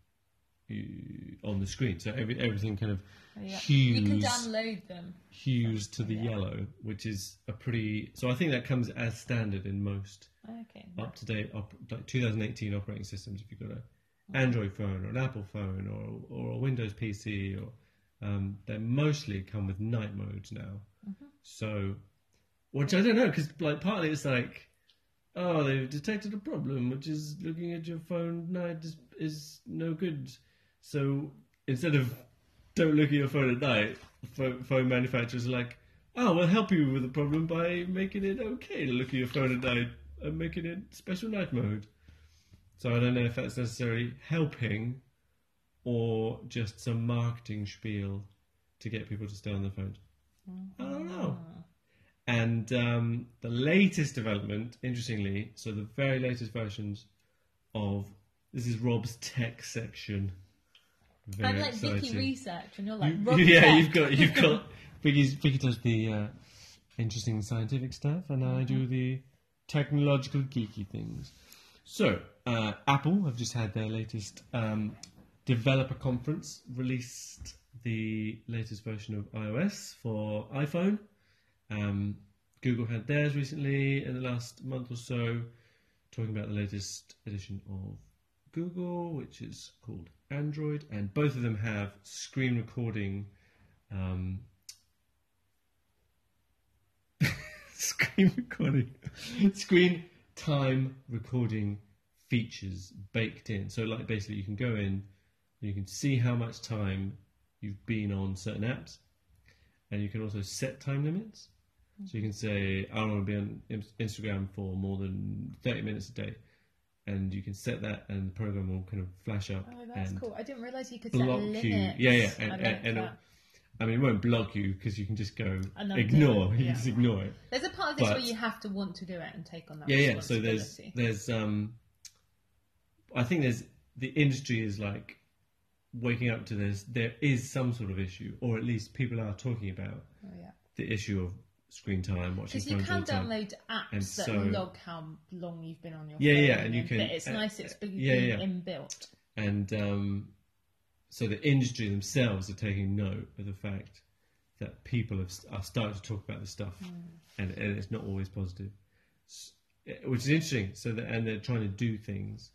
Speaker 2: you- on the screen. So every, everything kind of
Speaker 3: Oh, Yeah.
Speaker 2: hues
Speaker 3: You can download them.
Speaker 2: hues to the
Speaker 3: Yeah.
Speaker 2: yellow, which is a pretty. So I think that comes as standard in most
Speaker 3: Okay.
Speaker 2: up to date op- like 2018 operating systems if you've got a Android phone or an Apple phone or or a Windows PC or um, they mostly come with night modes now. So, which I don't know because like partly it's like, oh they've detected a problem which is looking at your phone night is, is no good. So instead of don't look at your phone at night, phone, phone manufacturers are like, oh, we'll help you with the problem by making it okay to look at your phone at night and making it special night mode. So I don't know if that's necessarily helping or just some marketing spiel to get people to stay on their phones. I don't know.
Speaker 3: Mm-hmm.
Speaker 2: And um, the latest development, interestingly, so the very latest versions of this is Rob's tech section. Very
Speaker 3: I'm like Vicky
Speaker 2: exciting.
Speaker 3: research, and you're like,
Speaker 2: You-
Speaker 3: Rob
Speaker 2: yeah,
Speaker 3: Tech.
Speaker 2: you've got you've got Vicky's, Vicky does the uh, interesting scientific stuff, and
Speaker 3: Mm-hmm.
Speaker 2: I do the technological geeky things. So uh, Apple have just had their latest um, developer conference, released the latest version of iOS for iPhone. Um, Google had theirs recently in the last month or so, talking about the latest edition of Google, which is called Android, and both of them have screen recording. Um, screen recording, screen time recording features baked in. So, like, basically, you can go in, you can see how much time you've been on certain apps, and you can also set time limits. So you can say, I don't want to be on Ins- Instagram for more than 30 minutes a day. And you can set that, and the program will kind of flash up.
Speaker 3: Oh, that's
Speaker 2: and
Speaker 3: cool. I didn't realize you could set
Speaker 2: block
Speaker 3: limits.
Speaker 2: you. Yeah, yeah, and,
Speaker 3: I
Speaker 2: and,
Speaker 3: like
Speaker 2: and
Speaker 3: that.
Speaker 2: it'll- I mean, it won't block you because you can just go
Speaker 3: Another
Speaker 2: ignore.
Speaker 3: day,
Speaker 2: You
Speaker 3: yeah.
Speaker 2: just ignore it.
Speaker 3: There's a part of this
Speaker 2: But-
Speaker 3: where you have to want to do it and take on that
Speaker 2: Yeah, yeah. So
Speaker 3: responsibility.
Speaker 2: there's there's um, I think there's the industry is like waking up to this. There is some sort of issue, or at least people are talking about
Speaker 3: Oh, yeah.
Speaker 2: the issue of screen time, watching
Speaker 3: Because you
Speaker 2: phones all
Speaker 3: can
Speaker 2: the time.
Speaker 3: download
Speaker 2: And
Speaker 3: apps that
Speaker 2: so-
Speaker 3: log how long you've been on your
Speaker 2: Yeah,
Speaker 3: phone.
Speaker 2: yeah, and you
Speaker 3: then-
Speaker 2: can-
Speaker 3: But it's
Speaker 2: uh,
Speaker 3: nice it's been
Speaker 2: yeah, yeah.
Speaker 3: inbuilt.
Speaker 2: and um, so the industry themselves are taking note of the fact that people have, are starting to talk about this stuff, and, and it's not always positive, S- eh, which is interesting. So that, and they're trying to do things,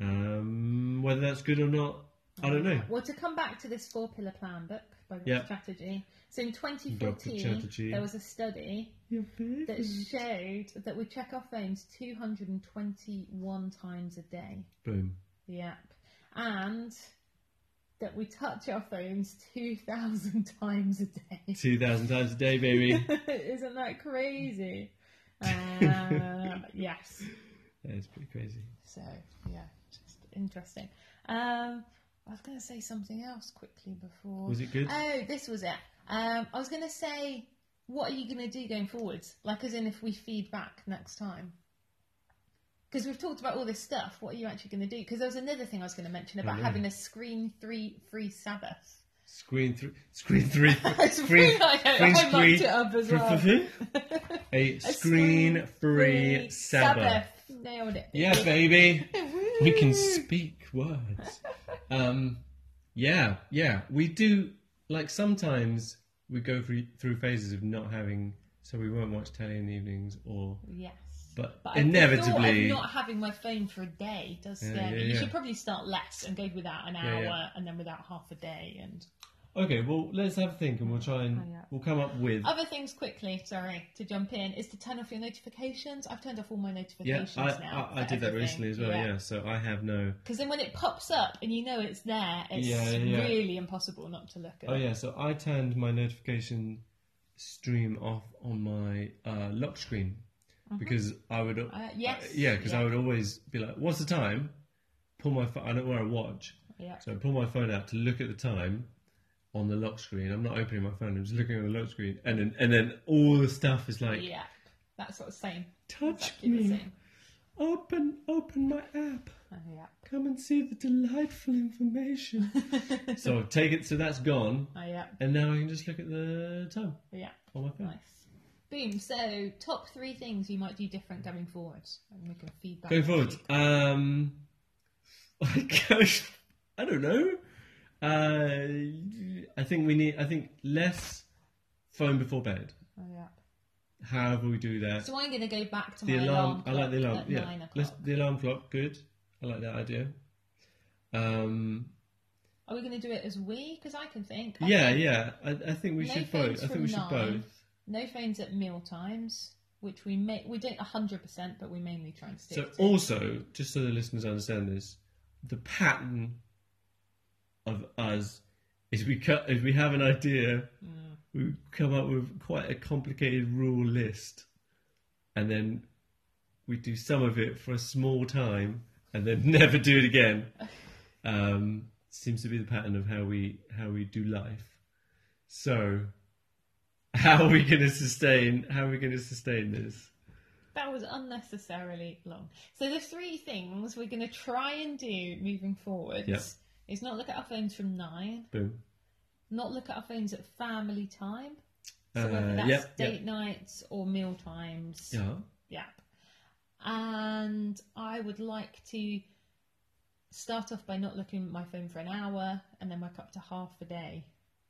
Speaker 2: um, whether that's good or not, I don't know.
Speaker 3: Well, to come back to this four pillar plan book by Dr.
Speaker 2: Yeah.
Speaker 3: Strategy. So in
Speaker 2: Chatterjee.
Speaker 3: 2014, there was a study that showed that we check our phones 221 times a day.
Speaker 2: Boom.
Speaker 3: the app, and that we touch our phones 2,000 times a day.
Speaker 2: Two thousand times a day, baby.
Speaker 3: Isn't that crazy? Uh, yes.
Speaker 2: That's pretty crazy.
Speaker 3: So, yeah, just interesting. Um, I was going to say something else quickly before.
Speaker 2: Was it good?
Speaker 3: Oh, this was it. Um, I was going to say, what are you going to do going forwards? Like, as in, if we feed back next time. Because we've talked about all this stuff, what are you actually going to do? Because there was another thing I was going to mention about
Speaker 2: know.
Speaker 3: having a screen three free Sabbath.
Speaker 2: Screen three, screen three,
Speaker 3: It's really like I- I mucked it up as well.
Speaker 2: A screen-free
Speaker 3: Free
Speaker 2: Sabbath.
Speaker 3: Nailed it.
Speaker 2: Yeah, baby. we
Speaker 3: Woo.
Speaker 2: can speak words. Um, yeah, yeah. We do like sometimes we go through through phases of not having, so we won't watch telly in the evenings, or
Speaker 3: Yes.
Speaker 2: but,
Speaker 3: But I
Speaker 2: inevitably,
Speaker 3: the thought of not having my phone for a day does
Speaker 2: Yeah,
Speaker 3: scare me.
Speaker 2: yeah,
Speaker 3: You
Speaker 2: yeah.
Speaker 3: should probably start less and go without an
Speaker 2: Yeah,
Speaker 3: hour
Speaker 2: yeah.
Speaker 3: and then without half a day and
Speaker 2: Okay, well, let's have a think and we'll try
Speaker 3: Oh,
Speaker 2: and
Speaker 1: Hang up.
Speaker 2: we'll come up with.
Speaker 3: Other things quickly, sorry, to jump in, is to turn off your notifications. I've turned off all my
Speaker 2: Yeah,
Speaker 3: notifications
Speaker 2: I,
Speaker 3: now.
Speaker 2: I, I
Speaker 3: for
Speaker 2: did that
Speaker 3: everything.
Speaker 2: recently as well. Yeah. so I have no.
Speaker 3: Because then when it pops up and you know it's there, it's
Speaker 2: Yeah, yeah.
Speaker 3: really impossible not to look at
Speaker 2: Oh
Speaker 3: it.
Speaker 2: yeah, so I turned my notification stream off on my uh, lock screen because I would.
Speaker 3: Uh-huh. Uh, yes,
Speaker 2: I- yeah, because I
Speaker 3: yeah.
Speaker 2: would always be like, "What's the time?" Pull my. Pho- I don't wear a watch,
Speaker 3: Yeah.
Speaker 2: so I pull my phone out to look at the time on the lock screen. I'm not opening my phone. I'm just looking at the lock screen, and then and then all the stuff is like,
Speaker 3: yeah. That's what it's saying.
Speaker 2: "Touch
Speaker 3: Exactly the
Speaker 2: me,
Speaker 3: same.
Speaker 2: open, open my app."
Speaker 1: Oh, yeah.
Speaker 2: Come and see the delightful information. so I've taken so that's gone,
Speaker 3: Oh, yeah. Oh,
Speaker 2: and now I can just look at the time
Speaker 3: Yeah.
Speaker 2: on my phone.
Speaker 3: Nice. Boom. So, top three things you might do different going forward. And we can feedback.
Speaker 2: Going forward, um, gosh, I don't know. Uh, I think we need. I think less phone before bed.
Speaker 1: Oh, yeah.
Speaker 2: However we do that,
Speaker 3: So I'm going to go back to
Speaker 2: the
Speaker 3: my
Speaker 2: alarm.
Speaker 3: alarm.
Speaker 2: I like the
Speaker 3: clock
Speaker 2: alarm.
Speaker 3: At
Speaker 2: yeah,
Speaker 3: Nine o'clock.
Speaker 2: Let's- the alarm clock. Good. I like that idea. Um,
Speaker 3: Are we going to do it as we? Because I can think. I
Speaker 2: yeah,
Speaker 3: think
Speaker 2: yeah. I, I think we
Speaker 3: No
Speaker 2: should
Speaker 3: phones
Speaker 2: both. I think
Speaker 3: from
Speaker 2: we should
Speaker 3: nine.
Speaker 2: both.
Speaker 3: No phones at meal times, which we may we don't hundred percent, but we mainly try and stick.
Speaker 2: So
Speaker 3: to.
Speaker 2: also, just so the listeners understand this, the pattern of us is we cut if we have an idea,
Speaker 3: Mm.
Speaker 2: we come up with quite a complicated rule list, and then we do some of it for a small time, and then never do it again. Um, seems to be the pattern of how we how we do life. So, how are we going to sustain? How are we going to sustain this?
Speaker 3: That was unnecessarily long. So the three things we're going to try and do moving forwards
Speaker 2: Yeah.
Speaker 3: is not look at our phones from nine,
Speaker 2: Boom.
Speaker 3: not look at our phones at family time. So
Speaker 2: Uh,
Speaker 3: whether that's
Speaker 2: yeah, yeah.
Speaker 3: date nights or meal times.
Speaker 2: Yeah.
Speaker 3: Yeah. And I would like to start off by not looking at my phone for an hour and then work up to half a day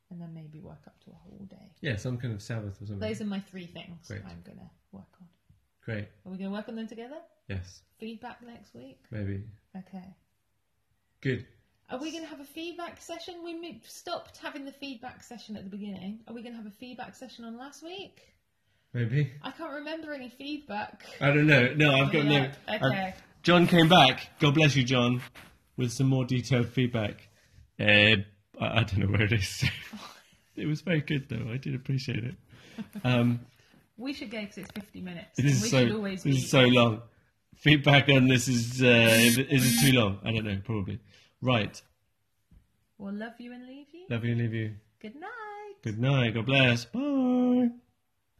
Speaker 3: and then maybe work up to a whole day.
Speaker 2: Yeah, some kind of Sabbath or something.
Speaker 3: Those are my three things
Speaker 2: Great.
Speaker 3: I'm going to work on.
Speaker 2: Great.
Speaker 3: Are we going to work on them together?
Speaker 2: Yes,
Speaker 3: Feedback next week?
Speaker 2: maybe.
Speaker 3: Okay.
Speaker 2: Good.
Speaker 3: Are we going to have a feedback session? We mo- stopped having the feedback session at the beginning. Are we going to have a feedback session on last week?
Speaker 2: Maybe.
Speaker 3: I can't remember any feedback.
Speaker 2: I don't know. No, I've got
Speaker 3: Yeah,
Speaker 2: no. I've-
Speaker 3: okay.
Speaker 2: John came back. God bless you, John, with some more detailed feedback. Uh, I, I don't know where it is. it was very good, though. I did appreciate it. Um,
Speaker 3: We should go because it's 50 minutes.
Speaker 2: this
Speaker 3: and we
Speaker 2: is so.
Speaker 3: should always
Speaker 2: This
Speaker 3: be.
Speaker 2: is so long. Feedback on this is uh, is it too long? I don't know. Probably. Right.
Speaker 3: We'll love you and leave you.
Speaker 2: Love you. Leave you.
Speaker 3: Good night.
Speaker 2: Good night. God bless. Bye.